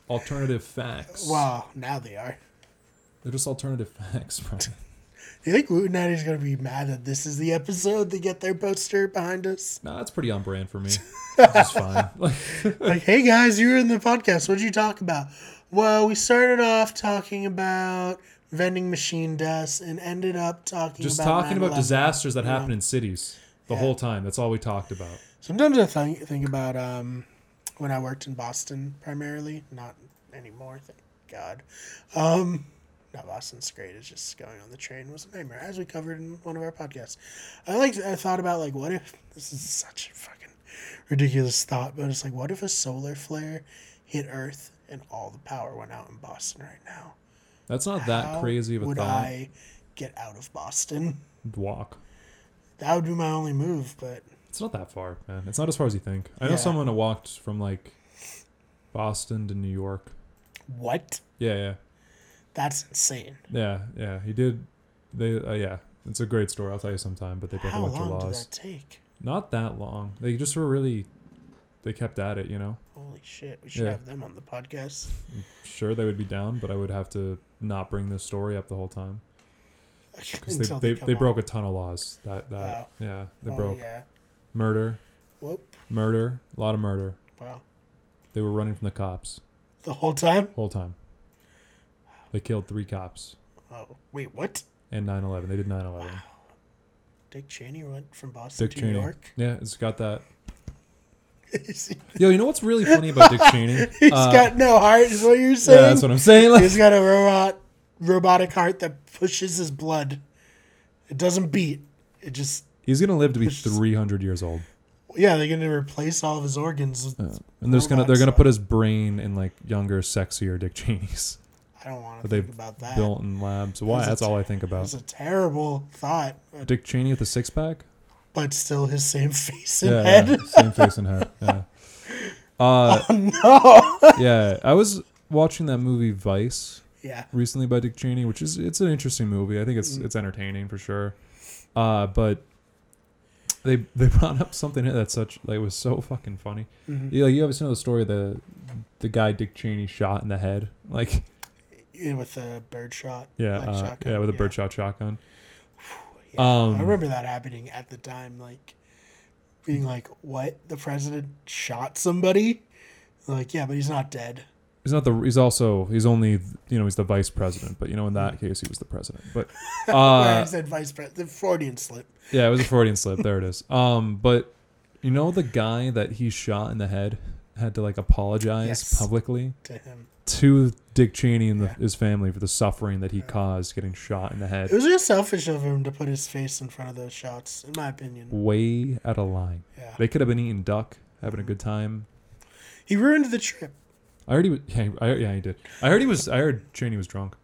B: alternative facts.
A: Wow. Now they are.
B: They're just alternative facts, right?
A: Do you think Lutonatti's gonna be mad that this is the episode to get their poster behind us?
B: No, that's pretty on brand for me. It's fine. Like,
A: Like, hey guys, you were in the podcast. What did you talk about? Well, we started off talking about vending machine dust and ended up talking
B: just
A: about
B: talking about
A: 9/11.
B: disasters that happen in cities the
A: Yeah.
B: whole time. That's all we talked about.
A: Sometimes I think think about um, when I worked in Boston primarily, not anymore, thank God. Um, not Boston's great. It's just going on the train was a nightmare, as we covered in one of our podcasts. I like I thought about like what if this is such a fucking ridiculous thought, but it's like what if a solar flare hit Earth and all the power went out in Boston right now?
B: That's not that
A: How
B: crazy of a
A: would
B: thought.
A: I get out of Boston?
B: Walk.
A: That would be my only move, but
B: It's not that far, man. It's not as far as you think. I know
A: Yeah.
B: someone that walked from like Boston to New York.
A: what?
B: Yeah, yeah,
A: That's insane.
B: yeah, yeah. He did. They, uh, yeah. It's a great story. I'll tell you sometime. But they broke a
A: How
B: bunch of
A: long did
B: laws.
A: that take?
B: Not that long. They just were really. They kept at it, you know.
A: Holy shit, we should
B: Yeah.
A: have them on the podcast.
B: Sure, they would be down, but I would have to not bring this story up the whole time. because
A: Until
B: they, they,
A: come
B: they
A: on.
B: broke a ton of laws. That that
A: Wow.
B: yeah, they
A: Oh,
B: broke
A: Yeah.
B: murder,
A: Whoop.
B: murder, a lot of murder.
A: Wow.
B: They were running from the cops
A: The whole time?
B: whole time. They killed three cops
A: Oh, wait, what?
B: and 9/11. They did 9/11.
A: Dick Cheney went from Boston
B: Dick
A: to
B: Cheney.
A: New York?
B: Yeah, it's got that.
A: He's
B: Yo, you know what's really funny about Dick Cheney?
A: he's
B: Uh,
A: got no heart, is what you're saying?
B: yeah, that's what I'm saying. Like,
A: he's got a robot, robotic heart that pushes his blood. It doesn't beat. It just,
B: he's gonna live to be
A: It's just-
B: 300 years old,
A: yeah, they're going to replace all of his organs. with-
B: Uh, and they're just gonna they're
A: Robots,
B: gonna
A: uh,
B: put his brain in like younger, sexier Dick Cheneys
A: I don't want to
B: that they've
A: think about that.
B: built in labs. Why?
A: That's a
B: That's all I think
A: It's
B: about.
A: a terrible thought, but-
B: Dick Cheney with a six pack.
A: but still his same face and
B: yeah,
A: head. Oh,
B: yeah, same face and head. Yeah. Uh,
A: no.
B: yeah. I was watching that movie Vice
A: yeah.
B: recently by Dick Cheney, which is it's an interesting movie. I think it's
A: Mm-hmm.
B: it's entertaining for sure. Uh, but they they brought up something that's such like it was so fucking funny.
A: Mm-hmm.
B: You, like, you ever seen the story of the the guy Dick Cheney shot in the head? Like
A: Yeah, with the bird shot.
B: yeah,
A: like
B: uh,
A: shotgun,
B: yeah, with a birdshot shotgun.
A: yeah.
B: Um,
A: I remember that happening at the time, like being like, "What? The president shot somebody?" Like, yeah, but he's not dead.
B: He's not the. He's also. He's only. You know. He's the vice president. But you know, in
A: Mm.
B: that case, he was the president. But
A: Where
B: uh,
A: I said vice president, the Freudian slip.
B: Yeah, it was a Freudian slip. There it is. Um, but you know the guy that he shot in the head had to like apologize
A: Yes.
B: publicly
A: To him,
B: to Dick Cheney and the,
A: Yeah.
B: his family for the suffering that he caused getting shot in the head.
A: it was just selfish of him to put his face in front of those shots, in my opinion.
B: Way out of line.
A: Yeah,
B: They could have been eating duck, having a good time.
A: he ruined the trip.
B: I heard he was. Yeah, I, yeah, he did. I heard he was. I heard Cheney was drunk.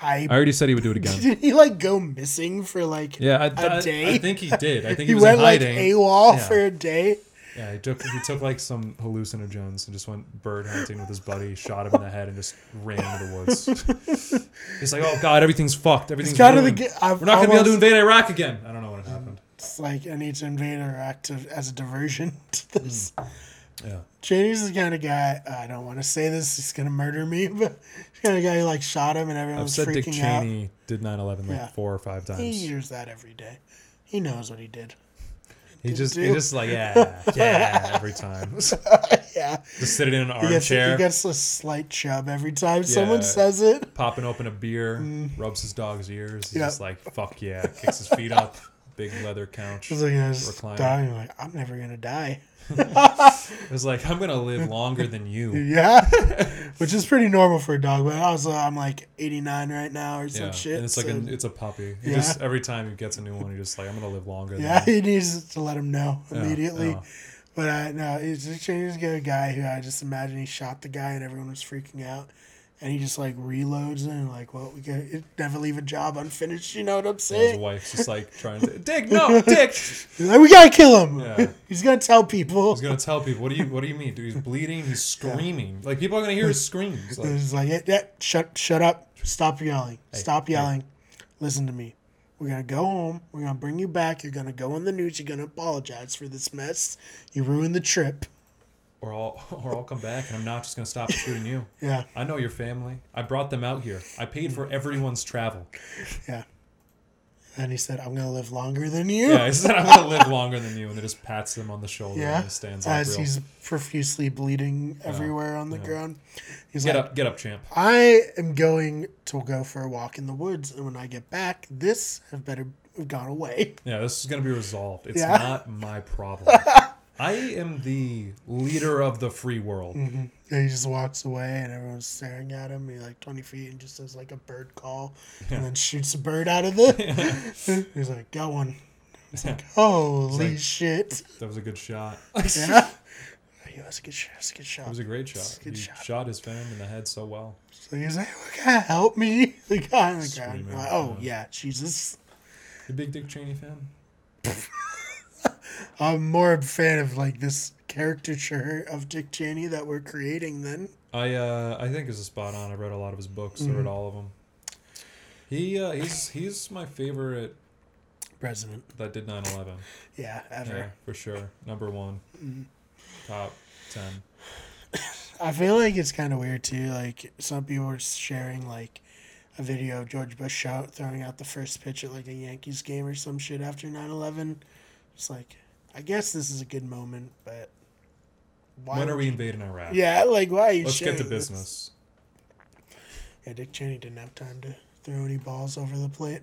A: I
B: I already said he would do it again.
A: did he like go missing for like
B: Yeah, I,
A: A
B: I-
A: day?
B: I think he did. I think
A: he
B: he, was
A: went
B: in
A: like
B: hiding.
A: AWOL
B: Yeah.
A: for a day.
B: Yeah, he took he took like some hallucinogens and just went bird hunting with his buddy, shot him in the head, and just ran into the woods. He's like, "Oh God, everything's fucked. Everything's
A: It's kind of the
B: ruined.
A: g- I've
B: We're not gonna be able to
A: almost-
B: invade Iraq again." I don't know what happened.
A: It's like I need to invade Iraq to, as a diversion to this. Mm.
B: Yeah.
A: Cheney's the kind of guy. I don't want to say this. He's gonna murder me, but he's the kind of guy who like shot him and
B: I've
A: everyone's
B: said Dick
A: freaking out.
B: Cheney did 9/11 like
A: Yeah.
B: four or five times.
A: He hears that every day. He knows what he did.
B: He just
A: do.
B: he just like yeah yeah every time. just
A: yeah,
B: sitting in an
A: he gets, he
B: armchair,
A: gets a slight chub every time someone
B: Yeah.
A: says it.
B: popping open a beer, rubs his dog's ears. He's
A: Mm. Yeah.
B: just like fuck yeah, kicks his feet up, big leather couch.
A: He's like, I was
B: Recliner.
A: dying. Like I'm never gonna die.
B: It was like I'm gonna live longer than you.
A: Yeah, which is pretty normal for a dog. But also, I'm like 89 right now or some
B: Yeah,
A: shit.
B: and it's like
A: so-
B: a, it's a puppy. He
A: Yeah.
B: just every time he gets a new one, he's just like I'm gonna live longer.
A: Yeah,
B: than
A: he needs to let him know
B: Yeah,
A: immediately.
B: yeah.
A: But uh, no, he's just he's just a guy who I just imagine he shot the guy and everyone was freaking out, and he just like reloads it and like, well, we can it never leave a job unfinished. You know what I'm
B: you." And his
A: saying?
B: wife's just like trying to Dick no Dick.
A: He's like, we gotta kill him.
B: Yeah.
A: he's gonna tell people.
B: He's gonna tell people what do you what do you mean? Dude, he's bleeding. He's screaming. Like people are gonna hear his screams. Like,
A: He's like, yeah, yeah, shut, shut up, stop yelling, stop
B: hey.
A: yelling. Listen to me. We're gonna go home. We're gonna bring you back. You're gonna go on the news. You're gonna apologize for this mess. You ruined the trip.
B: or I'll or I'll come back and I'm not just gonna stop shooting you.
A: Yeah, Mm.
B: I know your family. I brought them out here. I paid for everyone's travel.
A: yeah. And he said, "I'm gonna live longer than you."
B: Yeah, he said I'm gonna live longer than you, and then just pats them on the shoulder
A: Yeah,
B: and he stands up.
A: as
B: Real.
A: he's profusely bleeding everywhere on the ground. He's
B: Get
A: like,
B: up, get up, champ.
A: I am going to go for a walk in the woods, and when I get back, this have better have gone away.
B: Yeah, this is gonna be resolved. It's
A: Yeah.
B: not my problem. I am the leader of the free world.
A: And he just walks away, and everyone's staring at him. He like twenty feet, and just says like a bird call, and then shoots a bird out of the. he's like, "Got one." It's like, "Holy
B: like-
A: shit!"
B: That was a good shot.
A: Yeah. He was a good shot. That's a good
B: It
A: shot.
B: was a great shot.
A: good
B: he
A: shot.
B: shot his fan in the head so well.
A: So he's like, "Oh, God, help me!" The guy, the guy.
B: Screaming,
A: like, oh
B: yeah.
A: yeah, Jesus.
B: You a big Dick Cheney fan?
A: I'm more a fan of like this caricature of Dick Cheney that we're creating. Then
B: I uh, I think is a spot on. I read a lot of his books.
A: Mm-hmm.
B: I read all of them. He uh, he's he's my favorite
A: president,
B: that did 9/11.
A: yeah, Mm-hmm. ever.
B: Yeah, for sure. Number one, top ten.
A: I feel like it's kind of weird too. Like some people were sharing like a video of George Bush shout, throwing out the first pitch at like a Yankees game or some shit after 9-11. It's like, I guess this is a good moment, but why?
B: When are
A: would
B: we
A: you-
B: invading Iraq?
A: Yeah, like why? Are you
B: Let's get to
A: sharing this?
B: business.
A: Yeah, Dick Cheney didn't have time to throw any balls over the plate.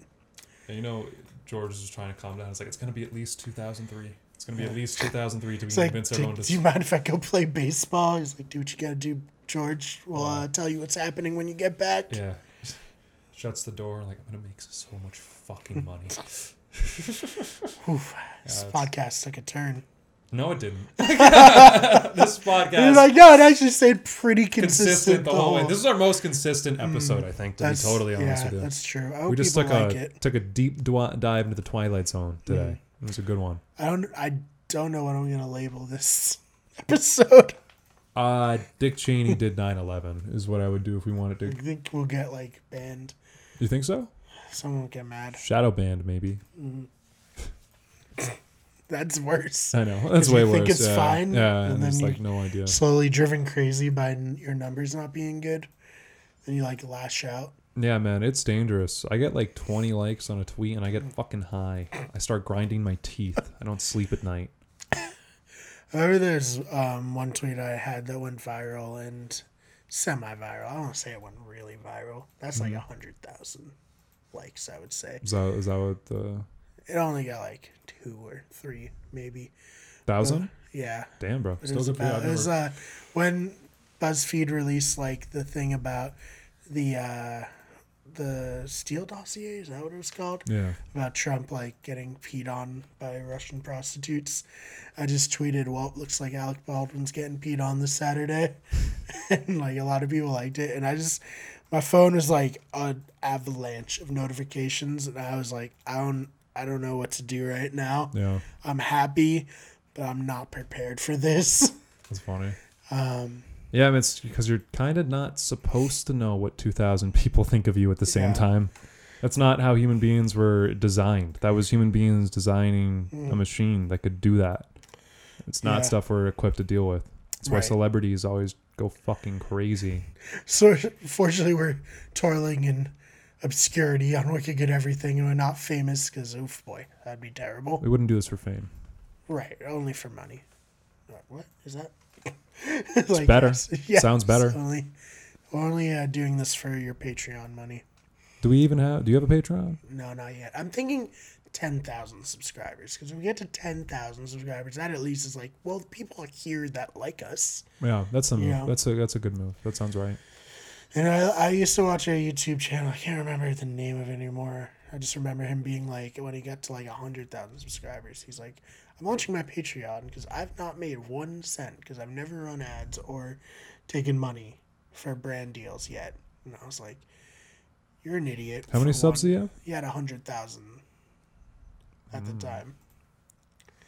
B: And you know, George is trying to calm down. It's like it's gonna be at least 2003. It's gonna be at least 2003 to
A: It's like,
B: convince
A: do,
B: everyone to.
A: do you mind if I go play baseball? He's like, do what you gotta do, George. We'll uh, tell you what's happening when you get back.
B: yeah. Shuts the door. Like I'm gonna make so much fucking money.
A: Oof, this
B: it's-
A: podcast took a turn.
B: No, it didn't. this podcast
A: He's like, no, it actually stayed pretty consistent, Hmm.
B: consistent the whole way. This is our most consistent episode, I think. To be
A: That's-
B: totally honest
A: yeah,
B: with you,
A: that's true. I hope
B: we just
A: people
B: took
A: like
B: a
A: it. Hmm.
B: took a deep dwi- dive into the Twilight Zone today. It was a good one.
A: I don't. I don't know what I'm gonna label this episode.
B: Uh, Dick Cheney did 9/11 is what I would do if we wanted
A: I
B: to.
A: think we'll get like banned.
B: You think so?
A: Someone will get mad.
B: Shadow band, maybe.
A: That's worse.
B: I know that's
A: If
B: way
A: you think
B: worse.
A: it's
B: yeah.
A: fine,
B: yeah,
A: and
B: and,
A: then
B: there's like
A: you-
B: no idea.
A: Slowly driven crazy by n- your numbers not being good, and you like lash out.
B: Yeah, man, it's dangerous. I get like 20 likes on a tweet, and I get fucking high. I start grinding my teeth. I don't sleep at night.
A: I remember there's um, one tweet I had that went viral and semi-viral. I won't say it went really viral. That's like a hundred thousand likes, I would say.
B: Is that is that what the
A: It only got like two or three, maybe.
B: thousand?
A: Yeah,
B: Damn, bro,
A: it
B: still
A: was
B: good for you.
A: about.
B: I've
A: It was
B: never-
A: uh, when BuzzFeed released like the thing about the uh, the Steele dossier. Is that what it was called?
B: Yeah.
A: about Trump like getting peed on by Russian prostitutes. I just tweeted, "Well, it looks like Alec Baldwin's getting peed on this Saturday," and like a lot of people liked it. And I just, my phone was like an avalanche of notifications, and I was like, "I don't, I don't know what to do right now.
B: Yeah.
A: I'm happy, but I'm not prepared for this."
B: That's funny.
A: Um,
B: Yeah, I mean, it's because you're kind of not supposed to know what 2,000 people think of you at the same
A: Yeah.
B: time. That's not how human beings were designed. That was human beings designing a machine that could do that. It's not
A: Mm. Yeah.
B: stuff we're equipped to deal with. That's why
A: Right.
B: celebrities always go fucking crazy.
A: So fortunately, we're toiling in obscurity on Wicked Good Everything, and we're not famous because, oof, boy, that'd be terrible.
B: We wouldn't do this for fame.
A: Right, only for money. What- What is that?
B: It's better. Sounds better.
A: Only, only uh, doing this for your Patreon money.
B: Do we even have? Do you have a Patreon?
A: No, not yet. I'm thinking ten thousand subscribers because we get to ten thousand subscribers, that at least is like, well, the people here that like us.
B: Yeah, that's a move.
A: Yeah.
B: That's a that's a good move. That sounds right.
A: And I, I used to watch a YouTube channel. I can't remember the name of it anymore. I just remember him being like, when he got to like 100,000 subscribers, he's like, I'm launching my Patreon because I've not made one cent because I've never run ads or taken money for brand deals yet. And I was like, you're an idiot.
B: How many
A: for
B: subs do
A: one."
B: you have?
A: He had 100,000 at the time.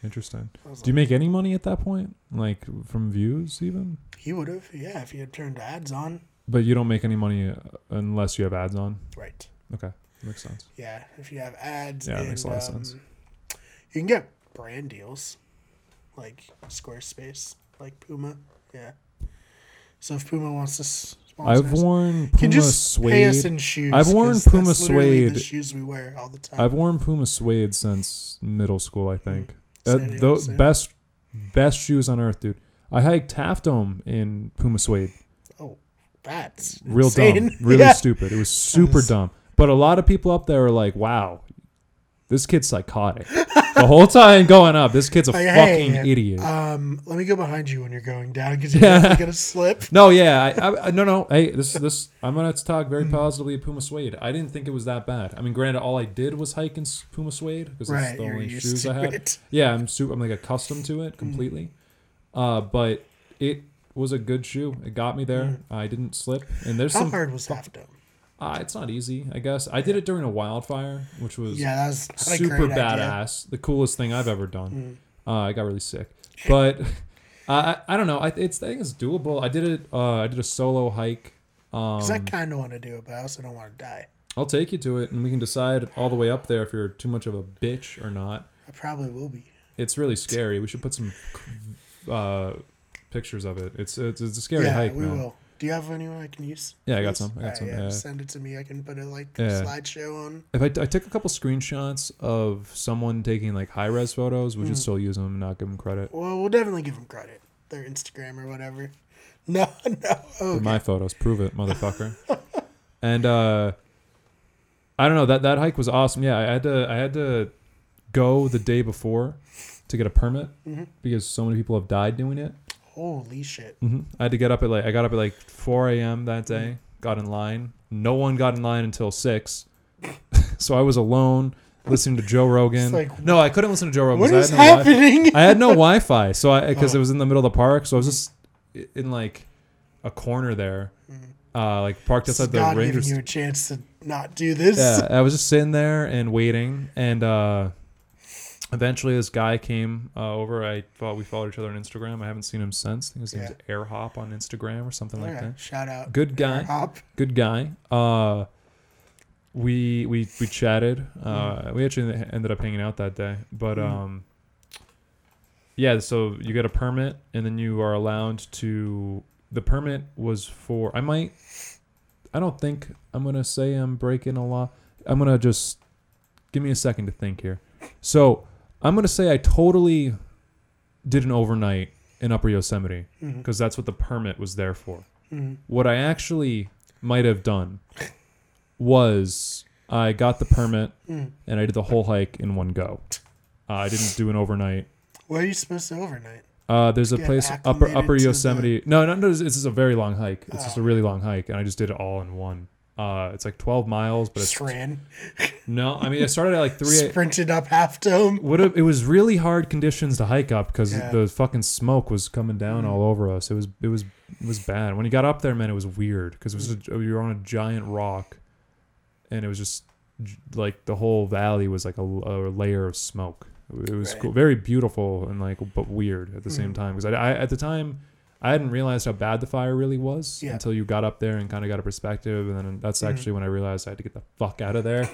B: Interesting.
A: I was
B: Mm. Do you make any money at that point? Like from views even?
A: He would have, yeah, if he had turned ads on.
B: But you don't make any money uh, unless you have ads on.
A: Right.
B: Okay, makes sense.
A: Yeah, if you have ads.
B: Yeah,
A: Yeah,
B: that
A: and,
B: makes a lot of sense.
A: um, You can get brand deals, like Squarespace, like Puma. Yeah. So if Puma wants to s- sponsor
B: I've
A: us,
B: worn
A: you can
B: Puma
A: just pay us
B: suede.
A: in shoes.
B: I've worn
A: 'cause that's
B: Puma
A: literally The
B: suede.
A: shoes we wear all the time.
B: I've worn Puma suede since middle school, I think. Uh,
A: Mm. Same, yeah,
B: tho-
A: same.
B: best best shoes on earth, dude. I hiked Half Dome in Puma suede.
A: oh, that's
B: Real
A: insane.
B: dumb, really
A: Yeah.
B: stupid. It was super
A: is-
B: dumb. But a lot of people up there are like, "Wow, this kid's psychotic." the whole time going up, this kid's a
A: Like,
B: fucking
A: hey,
B: idiot.
A: Um, let me go behind you when you're going down because you're definitely gonna slip.
B: No, yeah, I, I, I- no, no. Hey, this this I'm gonna talk very positively of Puma Suede. I didn't think it was that bad. I mean, granted, all I did was hike in s- Puma Suede because it's
A: Right,
B: the
A: you're
B: only
A: used
B: shoes
A: to
B: I had.
A: it.
B: Yeah, I'm super. I'm like accustomed to it completely. Uh, but it was a good shoe. It got me there. I didn't slip. And there's
A: Mm. How
B: some.
A: hard was half dome?
B: Uh, it's not easy, I guess. I did it during a wildfire, which was
A: Yeah, that was not a
B: super
A: great
B: badass.
A: Idea. Mm.
B: The coolest thing I've ever done. Uh, I got really sick, but I I I don't know. I it's I think it's doable. I did it. Uh, I did a solo hike.
A: 'Cause I
B: Um,
A: kind of want to do it, but I also don't want to die.
B: I'll take you to it, and we can decide all the way up there if you're too much of a bitch or not.
A: I probably will be.
B: It's really scary. We should put some uh, pictures of it. It's it's, it's a scary
A: yeah,
B: hike,
A: we
B: man.
A: will. Do you have anyone I can use?
B: Yeah, I got
A: Please?
B: some. I got
A: Alright,
B: some,
A: Yeah,
B: yeah.
A: Send it to me. I can put a like
B: Yeah.
A: slideshow on.
B: If I, I took a couple screenshots of someone taking like high res photos, we should
A: Mm.
B: still use them and not give them credit
A: Well, we'll definitely give them credit. Their Instagram or whatever. No, no.
B: for
A: Okay.
B: my photos. Prove it, motherfucker. and uh, I don't know that that hike was awesome. Yeah, I had to I had to go the day before to get a permit
A: Mm-hmm.
B: because so many people have died doing it.
A: Holy shit.
B: hmm I had to get up at like I got up at like 4 a.m. that day. Got in line. No one got in line until six, so I was alone listening to Joe Rogan.
A: It's like,
B: no, I couldn't listen to Joe Rogan.
A: What is
B: 'cause I had no Wi-Fi.
A: happening?
B: I had no Wi-Fi, so I because it was in the middle of the park, so I was just i- in like a corner there, uh, like parked
A: This is
B: outside the
A: God giving
B: Rangers.
A: you a chance to not do this.
B: Yeah, I was just sitting there and waiting, and uh, eventually this guy came uh, over. I thought we followed each other on Instagram. I haven't seen him since. I think his name's Airhop on Instagram or something like
A: Okay,
B: that.
A: Shout out.
B: Good guy
A: Hop.
B: good guy. Uh, we we we chatted. Uh, We actually ended up hanging out that day, but um, yeah. So you get a permit, and then you are allowed to. The permit was for. I might. I don't think I'm gonna say I'm breaking a law. I'm gonna just give me a second to think here. So I'm gonna say I totally did an overnight in Upper Yosemite because that's what the permit was there for what I actually might have done was I got the permit
A: Hmm.
B: and I did the whole hike in one go. Uh, I didn't do an overnight.
A: Where are you supposed to overnight?
B: Uh, there's a
A: Get
B: place upper
A: acclimated
B: upper
A: to the- Ah.
B: Yosemite. No, no, no. This is a very long hike. It's just a really long hike, and I just did it all in one. Uh, it's like 12 miles, but it's
A: Just ran,
B: no. I mean, it started at like 3 a-
A: sprinted up half dome.
B: would have, it was really hard conditions to hike up because
A: Yeah. Mm-hmm.
B: the fucking smoke was coming down all over us. It was it was it was bad. When you got up there, man, it was weird because it was
A: Mm.
B: a, you were on a giant rock, and it was just j- like the whole valley was like a, a layer of smoke. It was
A: Right. Mm-hmm.
B: cool, very beautiful and like but weird at the same time because I, I at the time. I hadn't realized how bad the fire really was
A: Yeah. Mm-hmm.
B: until you got up there and kind of got a perspective, and then that's actually when I realized I had to get the fuck out of there.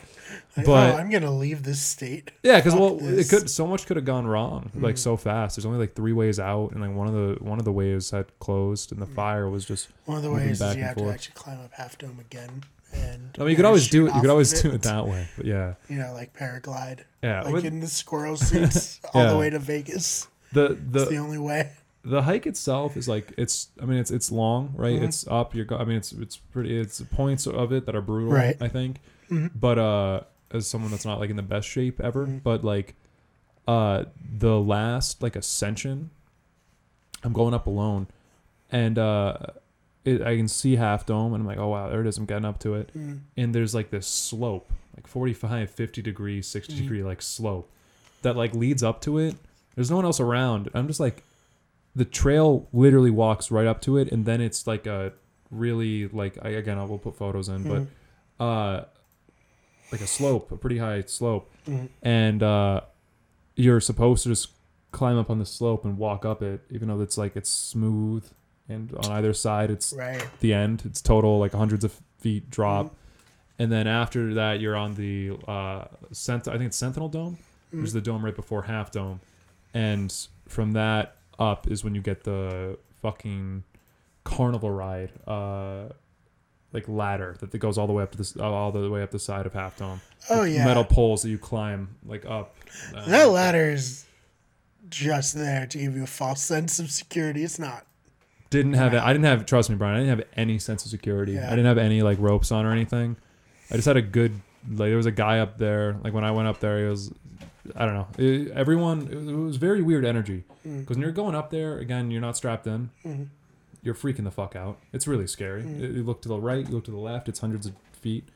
A: Like,
B: But-
A: oh, I'm gonna leave this state.
B: Yeah, because
A: Fuck
B: well,
A: this. Hmm.
B: it could so much could have gone wrong like so fast. There's only like three ways out, and like one of the one of the ways had closed, and the
A: Hmm.
B: fire was just.
A: One of the
B: Moving
A: ways
B: back
A: is you
B: and
A: have to
B: forth.
A: actually climb up half dome again. And
B: I mean, you could always do
A: parachute
B: it. You
A: off
B: could
A: of
B: always do it that way, but yeah,
A: You know, like paraglide,
B: yeah.
A: like
B: with
A: in the squirrel suits all
B: Yeah.
A: the way to Vegas.
B: the
A: It's the
B: the
A: only way.
B: the hike itself is like it's. I mean, it's it's long, right? It's up. You're. go- I mean, it's it's pretty. It's points of it that are brutal,
A: Right.
B: I think. But uh, as someone that's not like in the best shape ever, but like, uh, the last like ascension, I'm going up alone, and uh, it, I can see half dome, and I'm like, oh wow, there it is. I'm getting up to it, and there's like this slope, like 45, 50 degree, 60 degree like slope, that like leads up to it. There's no one else around. I'm just like, the trail literally walks right up to it, and then it's like a really like I, again, I will put photos in, but uh, like a slope, a pretty high slope, and uh, you're supposed to just climb up on the slope and walk up it, even though it's like it's smooth, and on either side it's
A: Right.
B: the end. It's total like hundreds of feet drop,
A: Mm-hmm.
B: and then after that you're on the uh, sent. I think it's Sentinel Dome, which is
A: Mm-hmm.
B: the dome right before Half Dome, and from that up is when you get the fucking carnival ride, uh, like ladder that, that goes all the way up to this, all the way up the side of Half Dome.
A: Oh,
B: Like,
A: yeah.
B: metal poles that you climb like up. uh,
A: That ladder is just there to give you a false sense of security. It's not.
B: didn't have it. I didn't have trust me, Brian. I didn't have any sense of security.
A: Yeah.
B: I didn't have any like ropes on or anything. I just had a good like there was a guy up there. Like when I went up there, he was I don't know. It- everyone it was, it was very weird energy because when you're going up there again, you're not strapped in. You're freaking the fuck out. It's really scary. You- You look to the right, you look to the left. It's hundreds of feet,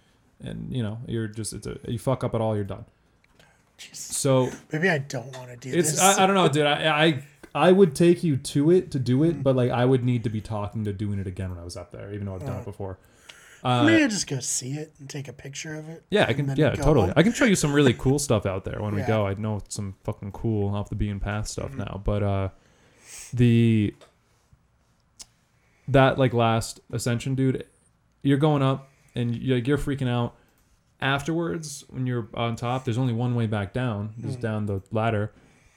B: and you know you're just it's a you fuck up at all, you're done. So
A: Maybe I don't want to do
B: it's
A: this.
B: I, I don't know, dude. I, I I would take you to it to do it, but like I would need to be talking to doing it again when I was up there, even though I've done it before.
A: Maybe I'll just go see it and take a picture of it.
B: Yeah, I
A: and
B: can.
A: then
B: Yeah,
A: go
B: totally.
A: home.
B: I can show you some really cool stuff out there when we
A: Yeah. Mm-hmm.
B: go. I know some fucking cool off the beaten path stuff now, but uh, the that like last ascension, dude, you're going up and you- like, you're freaking out. Afterwards, when you're on top, there's only one way back down. There's down the ladder,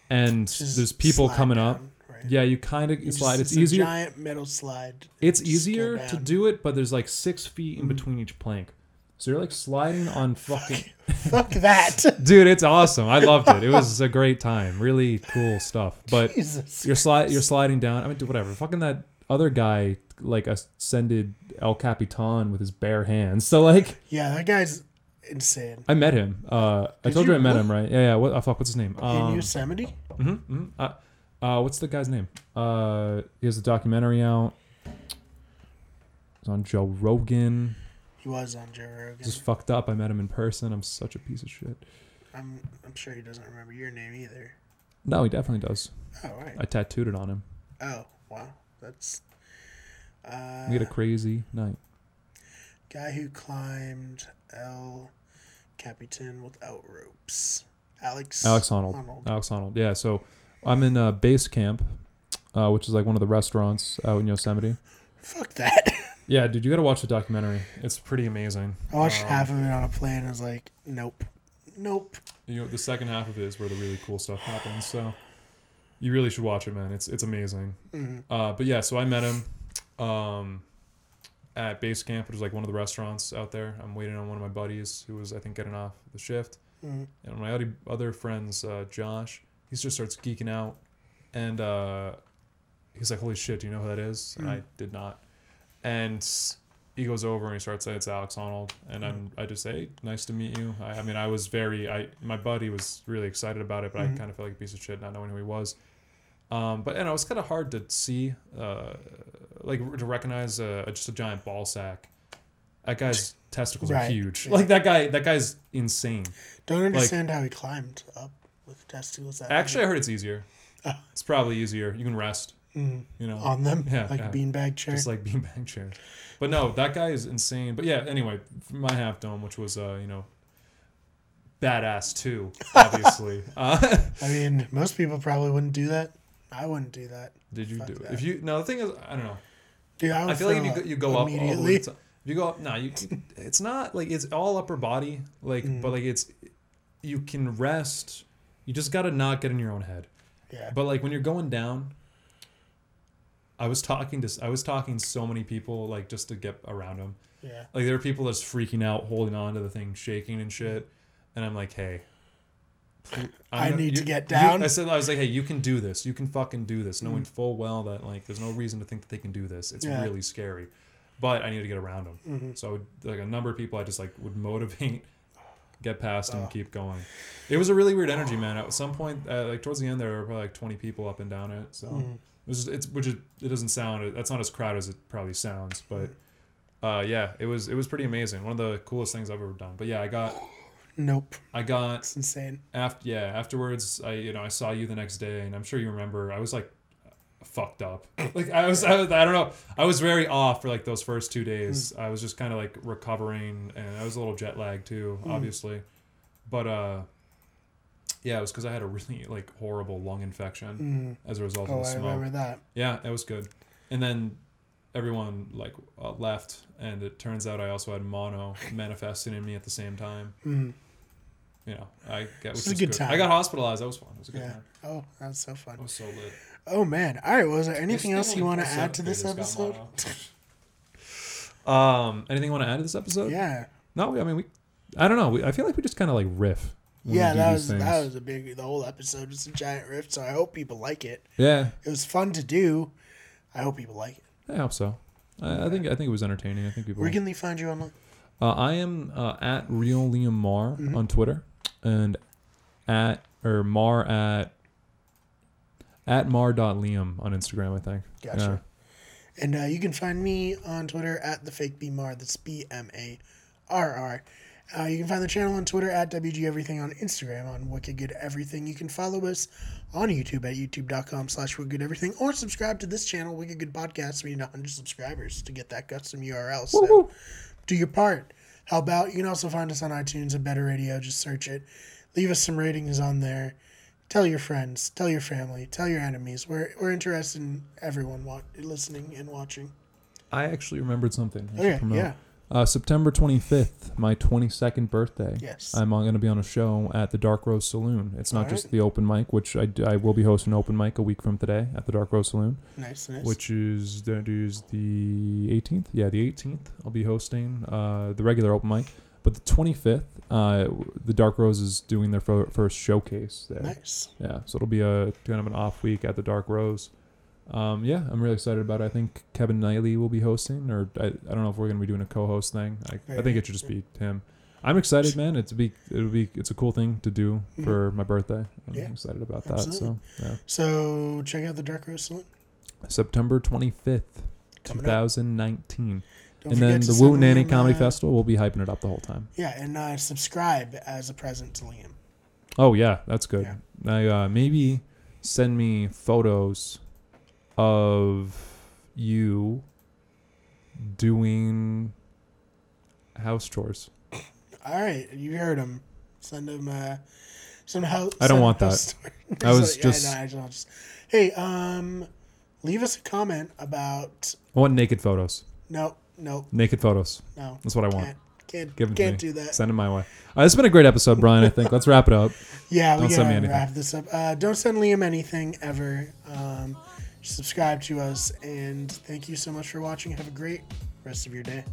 B: and
A: Mm. Just
B: there's people
A: slide
B: coming up.
A: down, right.
B: Yeah, you kind of
A: It's
B: slide.
A: just-
B: It's,
A: a
B: easier.
A: giant metal slide.
B: It's
A: Just go
B: easier to
A: down.
B: do it, but there's like six feet in between each plank, so you're like sliding on fucking.
A: Mm-hmm. Fuck that.
B: Dude, it's awesome. I loved it. It was a great time. Really cool stuff. But
A: Jesus.
B: you're slide you're sliding down. I mean, do whatever. Fucking that other guy like ascended El Capitan with his bare hands. So like,
A: Yeah, that guy's insane.
B: I met him. Uh, I
A: Did
B: told you,
A: you?
B: I met him, right? Yeah, yeah. What? Oh, fuck. What's his name?
A: In
B: Um,
A: Yosemite?
B: mhm, mhm. Uh, uh, what's the guy's name? Uh, he has a documentary out. It's on Joe Rogan.
A: He was on Joe Rogan.
B: Just fucked up. I met him in person. I'm such a piece of shit.
A: I'm, I'm sure he doesn't remember your name either.
B: No, he definitely does.
A: Oh, right.
B: I tattooed it on him.
A: Oh, wow. That's uh,
B: We had a crazy night.
A: guy who climbed El Capitan without ropes. Alex.
B: Alex Honnold. Alex Honnold. Yeah. So I'm in uh, base camp, uh, which is like one of the restaurants out in Yosemite.
A: Fuck that.
B: Yeah, dude, you got to watch the documentary. It's pretty amazing.
A: I watched half of it on a plane. and was like, nope, nope.
B: You know, the second half of it is where the really cool stuff happens. So you really should watch it, man. It's it's amazing. Uh, but yeah, so I met him um, at base camp, which is like one of the restaurants out there. I'm waiting on one of my buddies who was I think getting off the shift,
A: Mm.
B: and my other other friends, uh, Josh, he just starts geeking out, and uh, he's like, "Holy shit, do you know who that is?" And
A: Hmm.
B: I did not, and. He goes over and he starts saying it's Alex Honnold, and
A: Hmm.
B: I'm I just say "Hey, nice to meet you. I, I mean I was very I my buddy was really excited about it, but
A: Hmm.
B: I kind of felt like a piece of shit not knowing who he was. Um, but you know, it's kind of hard to see, uh, like to recognize uh, just a giant ball sack. That guy's testicles are
A: Right.
B: huge.
A: Yeah.
B: Like that guy, that guy's insane.
A: Don't understand how he climbed up with testicles. That
B: Actually, I heard it's easier.
A: Oh.
B: It's probably easier. You can rest.
A: Mm.
B: You know,
A: on them,
B: Yeah,
A: like
B: yeah.
A: a beanbag chair.
B: just like beanbag chairs. But no, that guy is insane. But yeah, anyway, my half dome, which was uh, you know, badass too, obviously. uh,
A: I mean, most people probably wouldn't do that. I wouldn't do that.
B: did you
A: Fuck
B: do it?
A: that.
B: If you no, the thing is, I don't know.
A: Dude, I, would
B: I feel like if
A: throw up
B: you go, you go up all
A: immediately.
B: the time, if you go up, no, you. It's not like it's all upper body, like,
A: Mm.
B: but like it's, you can rest. You just gotta not get in your own head.
A: yeah,
B: But like when you're going down, I was talking to I was talking to so many people like just to get around them.
A: yeah.
B: Like there are people that's freaking out, holding on to the thing, shaking and shit. And I'm like, hey, pl-
A: I
B: gonna-
A: need to get
B: you-
A: down.
B: I said, I was like, hey, you can do this. You can fucking do this, knowing full well that like there's no reason to think that they can do this. It's
A: Yeah.
B: really scary, but I need to get around them. So I would, like a number of people, I just like would motivate, get past them, keep going. It was a really weird energy, man. At some point, uh, like towards the end, there were probably like 20 people up and down it. So it was just, it's which is, it doesn't sound that's not as crowded as it probably sounds, but. Uh, yeah, it was it was pretty amazing. One of the coolest things I've ever done. But yeah, I got
A: Nope,
B: I got
A: it's insane.
B: after yeah afterwards i you know i saw you the next day and i'm sure you remember i was like fucked up like i was i, was, I don't know i was very off for like those first two days
A: Hmm.
B: i was just kind of like recovering and i was a little jet lagged too
A: Hmm.
B: obviously but uh yeah it was because i had a really like horrible lung infection as a result
A: Oh,
B: of the
A: I
B: smoke
A: remember that.
B: yeah it was good and then everyone like uh, left and it turns out i also had mono manifesting in me at the same time
A: Mm.
B: you know, I got
A: This is
B: which
A: a
B: was
A: good
B: good
A: time.
B: I got hospitalized. That was fun. It was a good
A: Yeah.
B: time.
A: Oh, that's so fun.
B: That was so lit.
A: Oh man. All right. Was there anything
B: Basically,
A: else you
B: only
A: want to
B: four
A: add to
B: seventh
A: this
B: graders
A: episode?
B: got mono. um, anything you want to add to this episode?
A: Yeah.
B: No, I mean we. I don't know. We, I feel like we just kind of like riff. when we
A: Yeah,
B: do
A: that
B: these
A: was
B: things.
A: that was a big. The whole episode was a giant rift. So I hope people like it.
B: Yeah,
A: It was fun to do. I hope people like it.
B: I hope so. I, I think I think it was entertaining. I think people.
A: Where can they find you online?
B: Uh, I am uh, at real Liam Mar
A: Mm-hmm.
B: on Twitter and at or Mar at at mar.liam on Instagram. I think.
A: Gotcha. And uh, you can find me on Twitter at the fake BMAR. That's B M A R R. Uh, you can find the channel on Twitter at WG Everything on Instagram on Wicked Good Everything. You can follow us on YouTube at youtube.com slash Wicked Good Everything or subscribe to this channel, Wicked Good Podcast. We need 100 subscribers to get that custom URL. So do your part. Help out. You can also find us on iTunes and Better Radio. Just search it. Leave us some ratings on there. Tell your friends. Tell your family. Tell your enemies. We're, we're interested in everyone wa- listening and watching.
B: I actually remembered something. I should
A: Okay,
B: promote.
A: yeah.
B: Uh, September 25th, my 22nd birthday.
A: Yes.
B: I'm going to be on a show at the Dark Rose Saloon. It's not
A: All
B: just
A: right.
B: the open mic, which I, d- I will be hosting an open mic a week from today at the Dark Rose Saloon,
A: Nice, nice.
B: which is that is the 18th. Yeah, the 18th. I'll be hosting uh, the regular open mic, but the 25th, uh, w- the Dark Rose is doing their fir- first showcase there.
A: nice.
B: Yeah, so it'll be a kind of an off week at the Dark Rose. Um, yeah, I'm really excited about it. I think Kevin Knightley will be hosting, or I, I don't know if we're going to be doing a co-host thing. I, I think it should just be him. I'm excited, man. It's be it'll be it's a cool thing to do for my birthday. I'm
A: Mm-hmm. Yeah,
B: excited about
A: absolutely.
B: that. So yeah,
A: So check out the Dark Rose Salon.
B: September 25th,
A: Coming up.
B: 2019,
A: Don't
B: and then
A: forget to
B: the
A: send
B: Woo Nanny
A: them,
B: Comedy
A: uh,
B: Festival. We'll be hyping it up the whole time.
A: Yeah, and uh, subscribe as a present to Liam.
B: Oh yeah, that's good.
A: Yeah.
B: I, uh, maybe send me photos of you doing house chores.
A: All right, you heard him. Send him uh, some help.
B: I don't want that. I was just-
A: I know, I just- hey, um, leave us a comment about.
B: I want naked photos.
A: No, no,
B: Naked photos.
A: no.
B: That's what I want.
A: Can't, can't,
B: Give them
A: can't
B: to me.
A: do that.
B: Send them my way. Uh, it's been a great episode, Brian. I think let's wrap it up.
A: Yeah, we
B: Don't send me
A: gotta
B: anything.
A: wrap this up. Uh, don't send Liam anything ever. Um, subscribe to us, and thank you so much for watching. Have a great rest of your day.